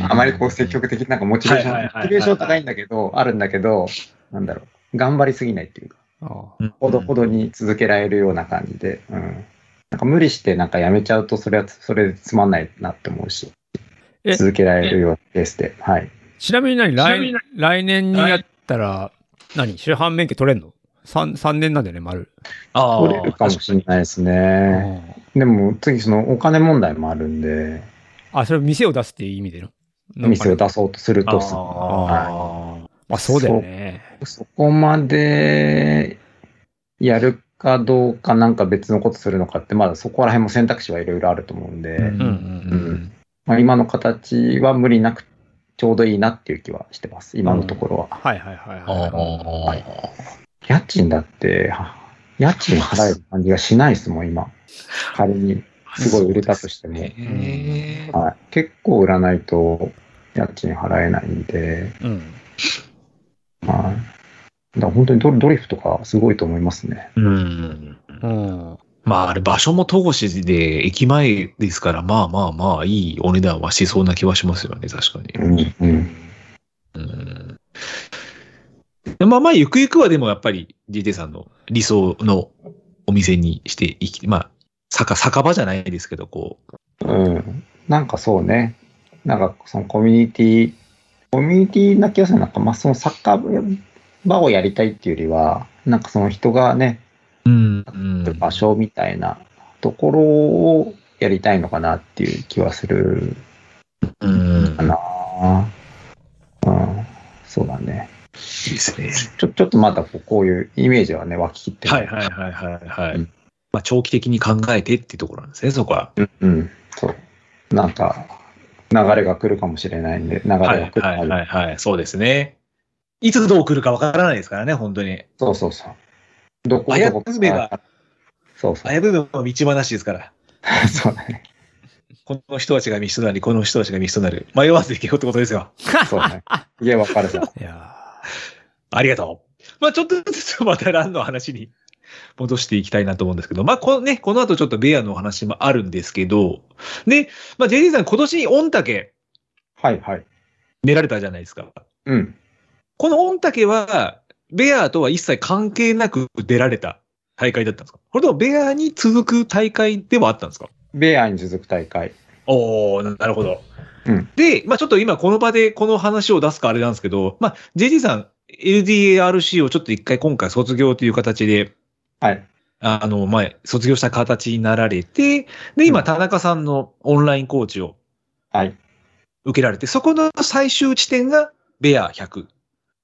C: あまりこう積極的になんかモチベーション、
D: はいはいはいはい
C: モチベーション高いんだけど、あるんだけど、なんだろう、頑張りすぎないっていうか、
B: あ
A: うん
C: ほどほどに続けられるような感じで、うん。なんか無理してなんかやめちゃうと、それは、それでつまんないなって思うし
B: え、
C: 続けられるようなペースで、はい。
B: あちなみに何
D: ちなみ
B: 来
D: に
B: 来年にやったら、何主犯免許取れんの ?3、3年なんだよね、丸。
A: ああ、
C: 取れるかもしれないですね。でも次、そのお金問題もあるんで、
B: あ、それ店を出すっていう意味での。
C: 店を
B: す。
C: 出そうとする
A: あ
C: とす、
A: あ
B: まあそうだよね。
C: そこまでやるかどうかなんか別のことするのかって、まだそこら辺も選択肢はいろいろあると思うんで、
A: うん
C: うんまあ、今の形は無理なくちょうどいいなっていう気はしてます、今のところは。
B: はいはいはい
A: あ
B: はい。
A: あ。
C: 家賃だって、は家賃払える感じがしないですもん、今。仮に。すごい売れたとしても。
A: へえ
C: はい、結構売らないと家賃払えないんで、
B: うん。
C: はい。だから本当にドドリフとかすごいと思いますね。
A: うん。
B: うん。
A: まあ、あれ、場所も戸越で、駅前ですから、まあまあまあ、いいお値段はしそうな気はしますよね、確かに。
C: うん、うん。
A: うん。でまあまあ、ゆくゆくはでもやっぱり、GT さんの理想のお店にしていき、まあ、酒、酒場じゃないですけど、こう。
C: うん。なんかそうね。なんかそのコミュニティ、コミュニティな気がする。なんかまあそのサッカー場をやりたいっていうよりは、なんかその人がね、
A: うん。うん、
C: 場所みたいなところをやりたいのかなっていう気はする
A: うん
C: か。な。うん。そうだね。
A: ですね。
C: ちょ、ちょっとまだこうこういうイメージはね、湧ききって
A: はい
C: い。
A: はいはいはいはい。
C: うん
A: まあ、長期的に考えてっていうところなんですね、そこは。
C: うん。そう。なんか、流れが来るかもしれないんで、流れ
A: はい
C: が来る
A: はい
C: か
A: はいはい。そうですね。いつどう来るかわからないですからね、本当に。
C: そうそうそう。どこ
A: 危
C: ど
A: ぶ
C: こ
A: めが、
C: そうそう。
A: 危ぶめも道話ですから。
C: そうね。
A: この人たちが密室となり、この人たちが密室となる。迷わず行けよってことですよ。
C: そうね。いや、わかるじゃん。
B: いや
A: ありがとう。まあ、ちょっとずつ またランの話に戻していきたいなと思うんですけど、まあ、このね、この後ちょっとベアのお話もあるんですけど、で、まあ、JD さん今年御嶽
C: はいはい。
A: 出られたじゃないですか。
C: うん。
A: この御嶽は、ベアとは一切関係なく出られた大会だったんですかこれともベアに続く大会ではあったんですか
C: ベアに続く大会。
A: おおなるほど。
C: うん
A: で、まあちょっと今この場でこの話を出すかあれなんですけど、まあ JG さん、LDARC をちょっと一回今回卒業という形で、
C: はい。
A: あの、まあ卒業した形になられて、で、今
C: うん
A: 田中さんのオンラインコーチを
C: はい。
A: 受けられて、そこの最終地点がベア100って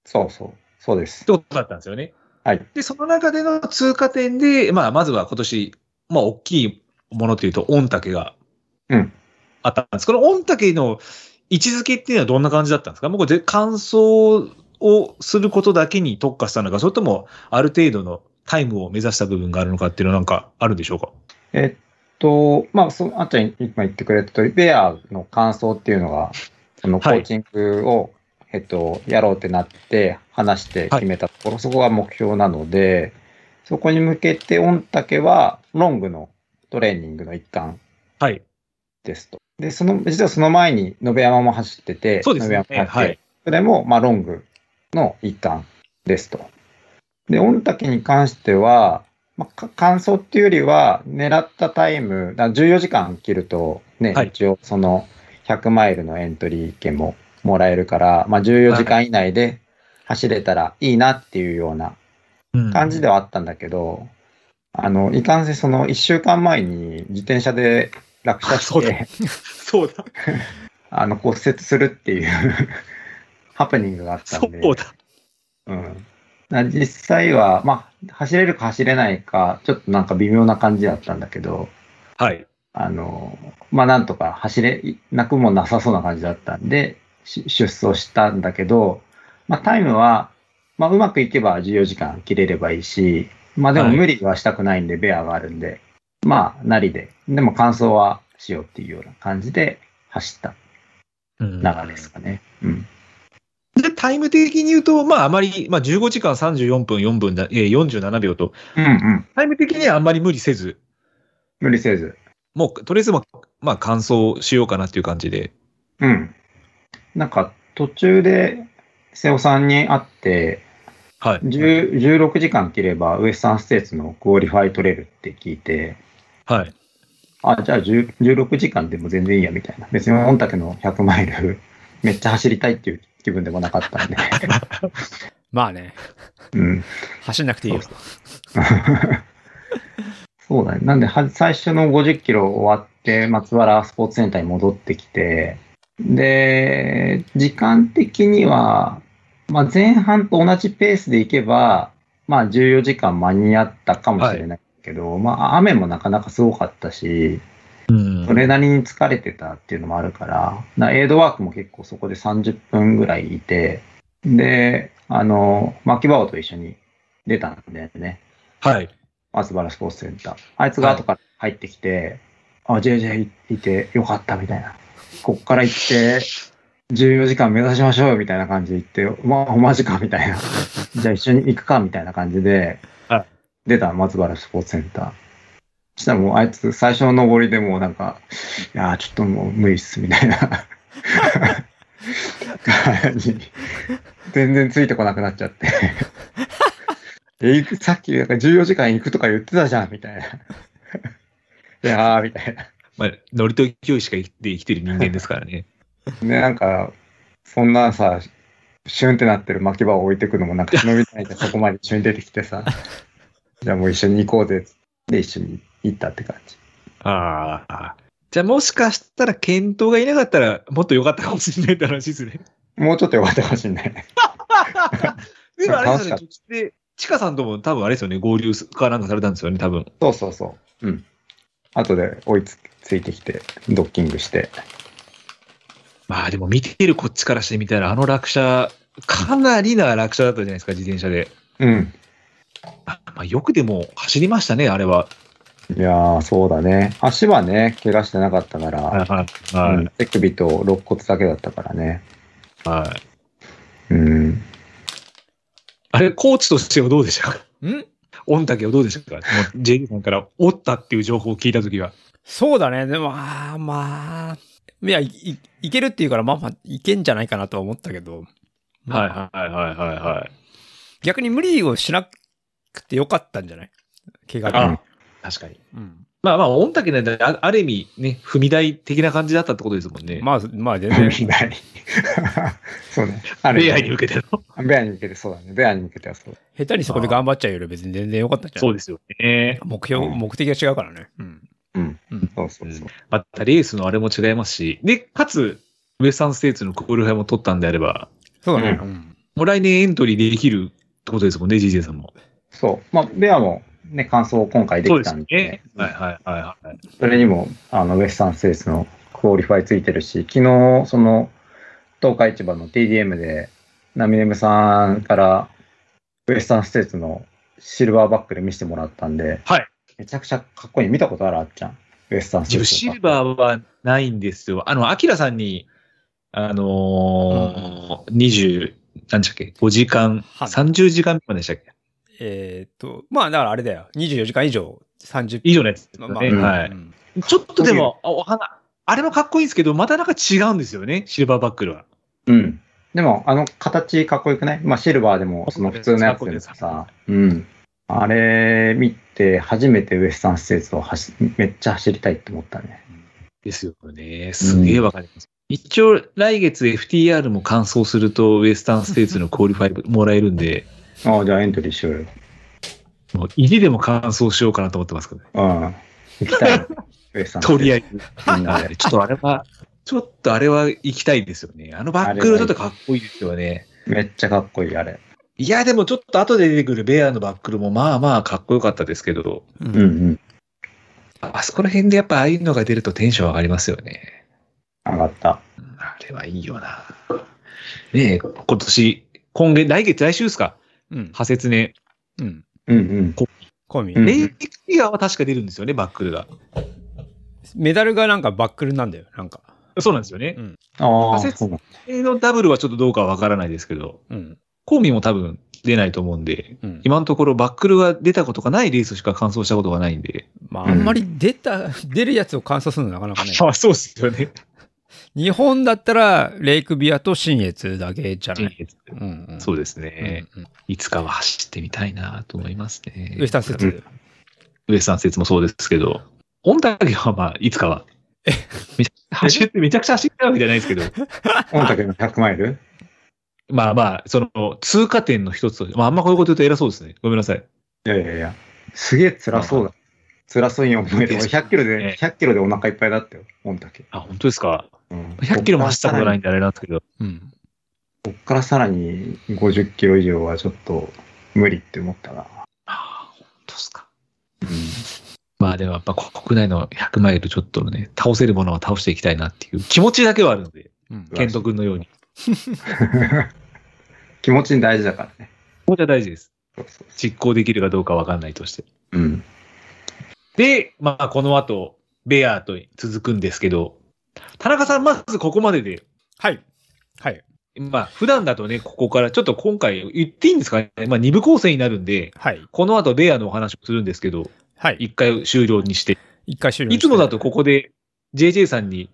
C: そうそう。そうです。
A: ことだったんですよね。
C: はい。
A: で、その中での通過点で、まあまずは今年、まあ大きいものというと、御嶽が
C: うん
A: あったんです。この御嶽の位置づけっていうのはどんな感じだったんですかもうこれぜ感想をすることだけに特化したのか、それともある程度のタイムを目指した部分があるのかっていうのはなんかあるんでしょうか
C: えっと、まあ、そう、あっちゃん今言ってくれた通り、ベアの感想っていうのが、そのコ
A: はい
C: ーチングを、えっと、やろうってなって、話して決めたところ、そこが目標なので、そこに向けて、御嶽は、ロングのトレーニングの一環
A: はい。
C: ですと。で、その、実はその前に、野辺山も走ってて、
A: そうですね
C: 野辺。山も走
A: は
C: って
A: い。
C: それも、まあ、ロングの一環ですと。で、御嶽に関しては、まあ、か感想っていうよりは、狙ったタイム、だ14時間切ると、ね、
A: はい
C: 一応、その、100マイルのエントリー券ももらえるから、まあ、14時間以内で走れたらいいなっていうような
A: うん
C: 感じではあったんだけど、あの、いかんせん、その、1週間前に自転車で落車
A: そ
C: し
A: うだ
C: て、
A: そうだ。
C: あの骨折するっていう ハプニングがあった
A: そ
C: んで、
A: うだ。
C: うん、な実際は、まあ、走れるか走れないか、ちょっとなんか微妙な感じだったんだけど、
A: はい。
C: あのまあ、なんとか走れなくもなさそうな感じだったんで、し出走したんだけど、まあ、タイムは、まあ、うまくいけば14時間切れればいいし、まあ、でも
A: はい
C: 無理はしたくないんで、ベアがあるんで、まあ、なりで、でも完走はしようっていうような感じで走った
A: うん
C: 流れですかね。うん
A: で、タイム的に言うと、まああまり、まあ15時間34分4分だ、えー、47秒と、
C: うんうん。
A: タイム的にはあんまり無理せず、
C: 無理せず。
A: もう、とりあえずまあ、まあ、乾燥しようかなっていう感じで。
C: うん。なんか、途中で、瀬尾さんに会って、
A: はい。
C: 10 16時間切れば、ウエスタンステーツのクオリファイ取れるって聞いて、
A: はい。
C: あ、じゃあ10 16時間でも全然いいやみたいな。別に御嶽の100マイル、めっちゃ走りたいっていう気分でもなかったんで。
B: まあね、
C: うん。
B: 走んなくていいよ。
C: そうだね。なんで、は最初の50キロ終わって、松原スポーツセンターに戻ってきて、で、時間的には、まあ、前半と同じペースでいけば、まあ、14時間間に合ったかもしれないけど、まあ、雨もなかなかすごかったし、
A: うん
C: それなりに疲れてたっていうのもあるから、なエイドワークも結構そこで30分ぐらいいて、で、あの、牧場と一緒に出たんだよね。
A: はい。
C: 松原スポーツセンター。あいつが後から入ってきて、あ、JJ いてよかったみたいな。こっから行って、14時間目指しましょうよみたいな感じで言って、まあ、マジかみたいな。 じゃあ一緒に行くかみたいな感じで
A: は、
C: 出た松原スポーツセンター。そしたらもうあいつ最初の登りでもうなんか、いやーちょっともう無理っすみたいな 感じ。全然ついてこなくなっちゃって。え、行く、さっき、なんか14時間行くとか言ってたじゃん、み たいな。いやー、みたいな。
A: まあ、ノリと勢いしか生きて生きてる人間ですからね。
C: ね、なんか、そんなさ、シュンってなってる巻き場を置いてくのも、なんか忍びないでそこまで一緒に出てき てさ、じゃあもう一緒に行こうぜ、で一緒に行ったって感じ。
A: ああ。じゃあもしかしたら検討がいなかったらもっと良かったかもしれないって話ですね。
C: もうちょっとよかったかもしんない。
A: でもあれですよ
C: 楽
A: ね、で、チカさんとも多分あれですよね、合流かなんかされたんですよね、多分。
C: そうそうそう。うん。後で追いつついてきて、ドッキングして。
A: まあでも見てるこっちからしてみたら、あの落車、かなりな落車だったじゃないですか、自転車で。
C: うん。
A: あまあ、よくでも走りましたね、あれは。
C: いやー、そうだね。足はね、怪我してなかったから、
A: はいは
C: うん手首と肋骨だけだったからね。
A: い。はい。
C: うん。
A: あれ、コーチとしてはどうでしたか
B: ん
A: 御嶽はどうでしたか ?J さんから、おったっていう情報を聞いたときは。
B: そうだね。でも、あーまあ、いやい、いいけるっていうから、まあまあ、いけんじゃないかなとは思ったけど。
A: はいはいはいはいはい。
B: 逆に無理をしなくてよかったんじゃない怪我
A: あ
B: が。
A: 確かに。
B: うん
A: まあまあ、御嶽なんで、あある意味ね、踏み台的な感じだったってことですもんね。
B: まあ、まあ、全
C: 踏
B: 然。
C: み台。そうね。ある
A: 恋
C: よ
A: 愛に向けての。
C: ベアに向けてそうだね。ベアに向けてはそうだ。
B: 下手にそこで頑張っちゃうより別に全然良かったんじゃ ない
A: そうですよね。
B: 目標、
C: うん
B: 目的が違うからね。うん。
C: うん。
B: うん
C: そうそうそう。
A: またレースのあれも違いますし、で、かつ、ウエスタンステーツのクールファイも取ったんであれば、
B: そうだね。
C: う
B: うん
A: もう来年エントリーできるってことですもんね、GJ さんも。
C: そう。まあ、ベアもね、感想を今回できたんで、
A: はいはいはいはい。
C: それにも、あの、ウエスタンステーツのクオリファイついてるし、昨日、その、東海市場の TDM で、ナミネムさんから、ウエスタンステーツのシルバーバックで見せてもらったんで、
A: はい
C: めちゃくちゃかっこいい。見たことあるあっちゃん。ウエスタンス
A: 自
C: テー
A: 分
C: ツ。
A: シルバーはないんですよ。あの、アキラさんに、あのー、20、何でしたっけ ?5 時間、
B: はい
A: 30時間までしたっけ
B: えーっと、まあ、だからあれだよ。24時間以上、30
A: 以上のやつです
B: ま
A: よ
B: あまあ
A: ね。
C: うん
A: はい。
B: うん
A: ちょっとでも、あお花、あれもかっこいいんですけど、またなんか違うんですよね、シルバーバックルは。
C: うん。でも、あの形かっこよくないまあ、シルバーでも、その普通のやつでも
A: かっ
C: さ、うん。あれ見て、初めてウエスタンステーツを走めっちゃ走りたいって思ったね。
A: ですよね。すげえわかります。一応、来月 FTR も完走すると、ウエスタンステーツのクオリファイもらえるんで、
C: ああ、じゃあエントリーしようよ。
A: もう入りでも完走しようかなと思ってますけどね。
C: うん。行きた いの。ウエスタンステーツ。
A: とりあえず。
C: みんなで
A: はいちょっとあれは、ちょっとあれは行きたいですよね。あのバックルちょっとかっこいいですよね。
C: めっちゃかっこいい、あれ。
A: いや、でもちょっと後で出てくるベアのバックルもまあまあかっこよかったですけど、
B: う
C: うんうんん。
A: あそこら辺でやっぱああいうのが出るとテンション上がりますよね。
C: 上がった。
A: あれはいいよな。ねえ、今年、今月、来月、来週ですか
B: うん。
A: 派説ね。
B: うん。
C: うんうん。
B: コミ、
C: うん
A: レイピアは確か出るんですよね、バックルが。
B: メダルがなんかバックルなんだよ。なんか。
A: そうなんですよね
B: う。ん
C: ああ、
A: 仮説
C: そうなんだ
A: レイのダブルはちょっとどうかわからないですけど、
B: うん。
A: コーミーも多分出ないと思うんで、
B: うん、
A: 今のところバックルは出たことがないレースしか完走したことがないんで。
B: ま
C: うん
B: あ、あんまり出た、出るやつを観察するのなかなかね。
A: あ、 そうですよね。
B: 日本だったら、レイクビアと新越だけじゃない。うんうん、
A: そううですね、
B: んうん
A: いつかは走ってみたいなと思いますね。
B: ウエスタン説、
C: うん
A: ウエスタン説もそうですけど、本体はまあ、いつかは。めちゃくちゃ走って、めちゃくちゃ走ってたわけじゃないですけど、
C: 御嶽の100マイル
A: まあまあ、その通過点の一つとして、まああんまこういうこと言うと偉そうですね。ごめんなさい。
C: いやいやいや。すげえ辛そうだ。辛そうに思 えて、俺100キロ
A: ええ
C: で、100キロでお腹いっぱいだったよ、御嶽。
A: あ、本当ですか。
C: うん
A: 100キロも走ったことないんであれなんですけど、
B: うん。
C: こっからさらに50キロ以上はちょっと無理って思ったな。
A: ああ、本当ですか。まあでもやっぱ国内の100マイルちょっとのね、倒せるものは倒していきたいなっていう気持ちだけはあるので、
B: うん
A: ケント君のように。
C: 気持ちに大事だからね。
A: これは大事です。
C: そうそうそ
A: 実行できるかどうかわかんないとして。
C: う。うん。
A: で、まあこの後、ベアーと続くんですけど、田中さんまずここまでで、
B: はい。はい。
A: まあ普段だとね、ここからちょっと今回言っていいんですかね、まあ2部構成になるんで、
B: はい。
A: この後ベアのお話をするんですけど、
B: はい。
A: 1回終了にして、
B: 一回終了。
A: いつもだと、ここで JJ さんに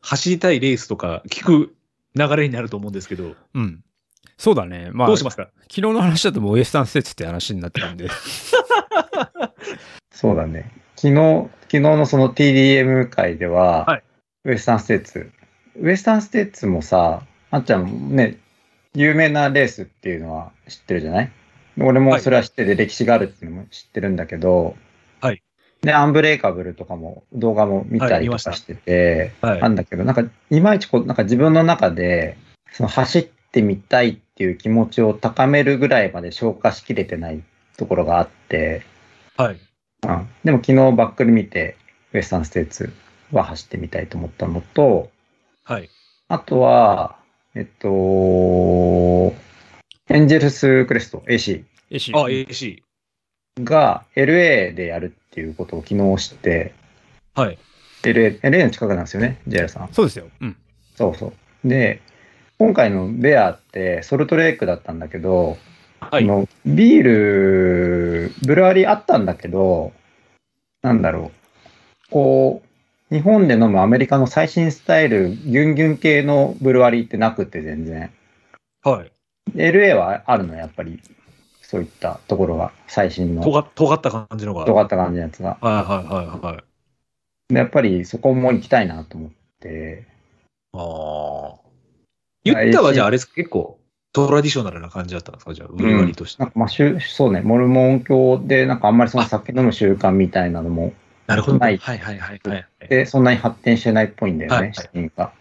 A: 走りたいレースとか聞く流れになると思うんですけど、
B: うん。そうだね。まあ、
A: どうしますか
B: 昨日の話だともうウエスタン説って話になってたん で。
C: そうだね。昨日、昨日のその TDM 会では、
A: はい
C: ウエスタンステーツ。ウエスタンステーツもさ、あっちゃんもね、有名なレースっていうのは知ってるじゃない俺もそれは知ってて、歴史があるっていうのも知ってるんだけど、
A: はい。
C: で、アンブレイカブルとかも動画も見た
A: はい見
C: りと
A: ました
C: かしてて、
A: はい
C: なんだけど、なんか、いまいちこう、なんか自分の中で、その走ってみたいっていう気持ちを高めるぐらいまで消化しきれてないところがあって、
A: はい。
C: うん、でも昨日バックル見て、ウエスタンステーツは走ってみたいと思ったのと、
A: はい。
C: あとは、えっと、エンジェルスクレスト、AC。
B: えし
A: あ、AC。
C: が LA でやるっていうことを昨日知って、
A: はい。
C: LA, LA の近くなんですよね、JR さん。
B: そうですよ。うん。
C: そうそう。で、今回のベアってソルトレイクだったんだけど、
A: は
C: あ
A: い。
C: のビール、ブルワリーあったんだけど、なんだろう。こう、日本で飲むアメリカの最新スタイル、ギュンギュン系のブルワリーってなくて全然。
A: はい。
C: LA はあるの、やっぱり。そういったところが、最新の。
A: 尖っ尖った感じのが。
C: 尖った感じのやつが。
A: はいはいはいはい。
C: でやっぱりそこも行きたいなと思って。
A: ああ。言ったはじゃああれです結構トラディショナルな感じだったんですかじゃあ、売り割りとして。
C: なんかまあ、しゅそうね、モルモン教で、なんかあんまりその酒飲む習慣みたいなのも、
A: なるほど。
C: な
A: はいいはいはいはい。
C: で、そんなに発展してないっぽいんだよ
A: は
C: ね
A: い、
C: シーンが。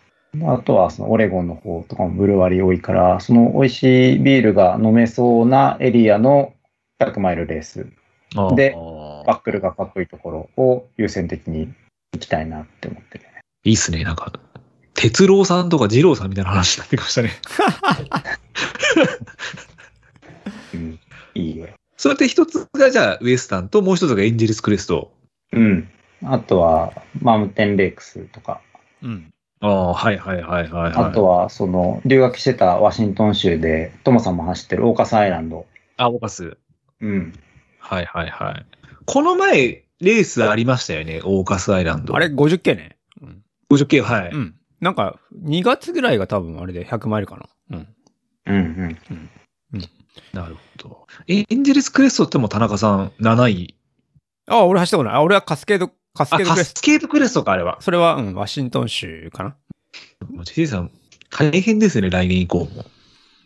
C: あとは、そのオレゴンの方とかもブルワリー多いから、その美味しいビールが飲めそうなエリアの100マイルレース、
A: あー
C: でバックルがかっこいいところを優先的に行きたいなって思ってる。
A: いいっすね。なんか、哲郎さんとか二郎さんみたいな話になってきましたね。
C: うん、いいよ。
A: それって一つがじゃあウエスタンともう一つがエンジェルスクレスト。
C: うん。あとは、マウンテンレイクスとか、
B: うん。
A: ああ、はいはいはいはい、はい。
C: あとは、その、留学してたワシントン州で、トモさんも走ってるオーカスアイランド。
A: あ、オーカス。
C: うん。
A: はいはいはい。この前、レースありましたよね。オーカスアイランド。
B: あれ50系ね。うん。
A: 50系、はい。
B: うん。なんか、2月ぐらいが多分あれで100マイルかな。うん。
C: うんうん。
A: なるほど。エンジェルスクレストってもう田中さん7位。
B: あ、俺走ったことない。あ、俺はカスケード、カス
A: あ、
B: ケード
A: カ
B: クレ
A: ス
B: スト。
A: ケートクレストか、あれは。
B: それは、うん、ワシントン州かな。
A: もうジェイさん、大変ですね、来年以降も。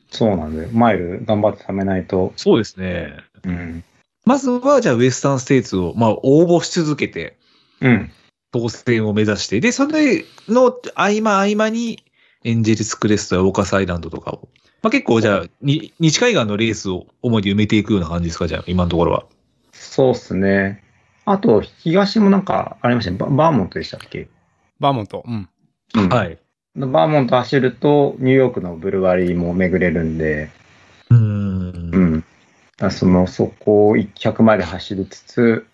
C: そうなんだよ。マイル頑張って貯めないと。
A: そうですね。
C: うん。
A: まずは、じゃあ、ウエスタンステーツを、まあ、応募し続けて、
C: うん。
A: 当選を目指して、で、それの合間合間に、エンジェルスクレストやオーカスアイランドとかを。まあ、結構、じゃあ、に西海岸のレースを思いで埋めていくような感じですか、じゃあ、今のところは。
C: そうっすね。あと、東もなんかありましたね。ババーモントでしたっけ、
B: バーモント。うん。
C: うん、
A: はい。
C: バーモント走ると、ニューヨークのブルワリーも巡れるんで、
A: うーん
C: う。ん。だからその、そこを100マイル走りつつ、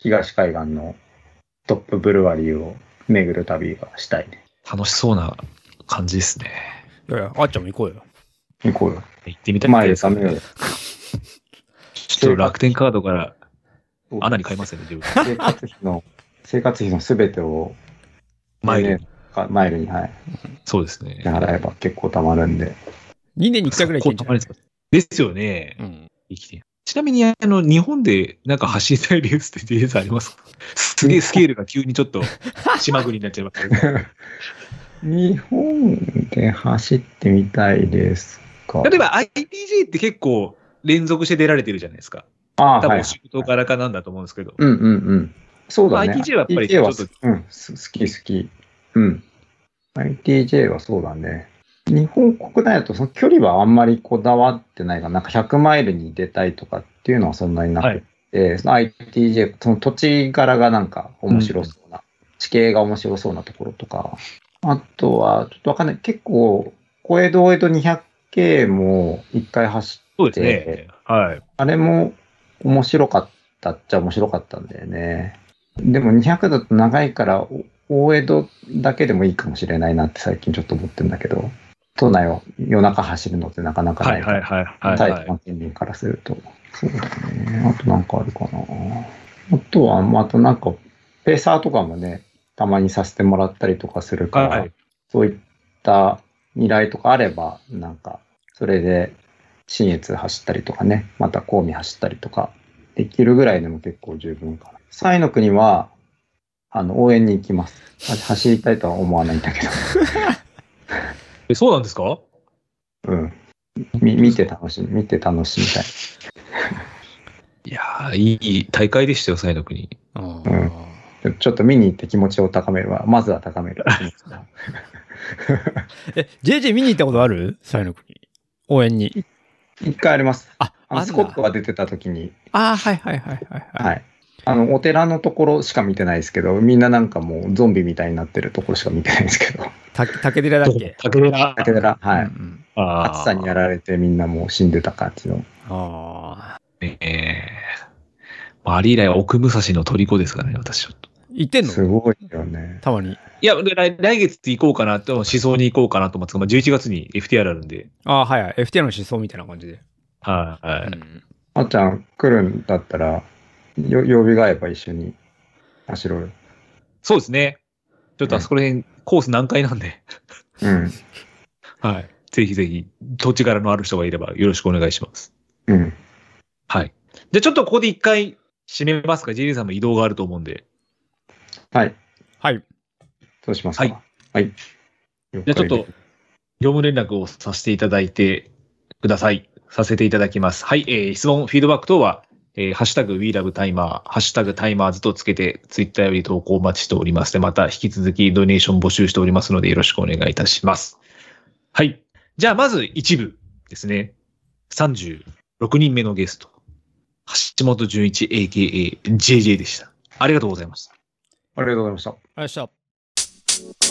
C: 東海岸のトップブルワリーを巡る旅がしたいね。
A: 楽しそうな感じですね。
B: いやいや、あっちゃんも行こうよ。
C: 行こうよ。
A: 行ってみたい
C: マ
A: で
C: イル
A: す
C: 貯めようよ。
A: ちょっと楽天カードから
C: そう
A: 穴に買いますよね、自分。
C: 生活費の、生活費のすべてを
A: マイル
C: ねかマイルに、はい、
A: そうですね。
C: 払えば結構貯まるんで。
B: 2年に1回ぐらい行けんじ
A: そ
B: ゃ
A: こ
B: ない
A: たまにですよね。
B: うん。
A: 生きてちなみに、あの、日本でなんか走りたいレースってデータありますかすげえスケールが急にちょっと島国になっちゃいますけど。
C: 日本で走ってみたいですか。
A: 例えば ITJ って結構連続して出られてるじゃないですか。
C: ああ、
A: 多
C: は
A: 分
C: い
A: お。仕事からかなんだと思うんですけど。
C: うんうんうん。そうだね。
A: ITJ はやっぱり
C: ITJ は
A: ちょっ
C: うん、す好き好き。うん。ITJ はそうだね。日本国内だとその距離はあんまりこだわってないかな。なんか100マイルに出たいとかっていうのはそんなになくて
A: はい。
C: えーその ITJ、その土地柄がなんか面白そうな、地形が面白そうなところとか、あとは、ちょっとわかんない、結構、小江戸江戸 200K も一回走っ
A: そうですね。はい。
C: あれも面白かったっちゃ面白かったんだよね。でも200だと長いから、お大江戸だけでもいいかもしれないなって最近ちょっと思ってんだけど、都内を夜中走るのってなかなか
A: は
C: ない
A: い
C: から
A: はいはいはい
C: タイ
A: は
C: プ
A: い。
C: の県民からすると。そうだね。あとなんかあるかな。あとは、またなんか、ペーサーとかもね、たまにさせてもらったりとかするから、
A: はい
C: そういった依頼とかあれば、なんか、それで、新越走ったりとかね、また近江走ったりとか、できるぐらいでも結構十分かな。3位の国は、あの、応援に行きます。あ走りたいとは思わないんだけど。
A: えそうなんですか
C: うん。み見て楽しみ、見て楽しみたい。
A: いやー、いい大会でしたよ、サイの国。
B: あ
C: う
B: ー
C: ちょっと見に行って気持ちを高めるわ。まずは高める。
B: え、JJ 見に行ったことあるサイの国。応援に。
C: 一回あります。
B: あ、
C: あの
B: る
C: ス
B: ん
C: コ
B: だ
C: ットが出てた時に、
B: あーはいはいはいはいはい。
C: はい。あの、お寺のところしか見てないですけど、みんななんかもうゾンビみたいになってるところしか見てないですけど、
B: た竹寺だっけ
A: 竹寺
C: 竹寺、は
B: うん
C: い。
B: うん
A: あ
C: 暑さにやられてみんなもう死んでた感じの。
B: あ
A: ええまあ、あれ以来は奥武蔵の虜ですからね、私ちょっと。
B: 行ってん
C: す
B: の
C: ごいよね。
B: たまに。
A: いや、で来来月行こうかなと、思想に行こうかなと思ってますけど、まあ、11月に FTR あるんで、
B: ああ、はいはい。FT の思想みたいな感じで。
A: はい、はい。
B: うん
C: あっちゃん来るんだったら、よ曜日が合えば一緒に走ろうよ。
A: そうですね。ちょっとあそこら辺、コース難解なんで、
C: うん。
A: はい。ぜひぜひ、土地柄のある人がいればよろしくお願いします。
C: うん。
A: はい。じゃあちょっとここで一回締めますか。ジェリーさんも移動があると思うんで。
C: はい。
B: はい。
C: そうしますか。
A: はい。
C: はい。
A: じゃあちょっと、業務連絡をさせていただいてください。させていただきます。はい。えー質問、フィードバック等は、えーハッシュタグ WeLoveTimer、ハッシュタグ Timers とつけて、ツイッターより投稿お待ちしておりますで、また引き続きドネーション募集しておりますので、よろしくお願いいたします。はい。じゃあ、まず一部ですね。36人目のゲスト。橋本純一 AKA JJ でした。ありがとうございました。
C: ありがとうございました。
B: ありがとうございました。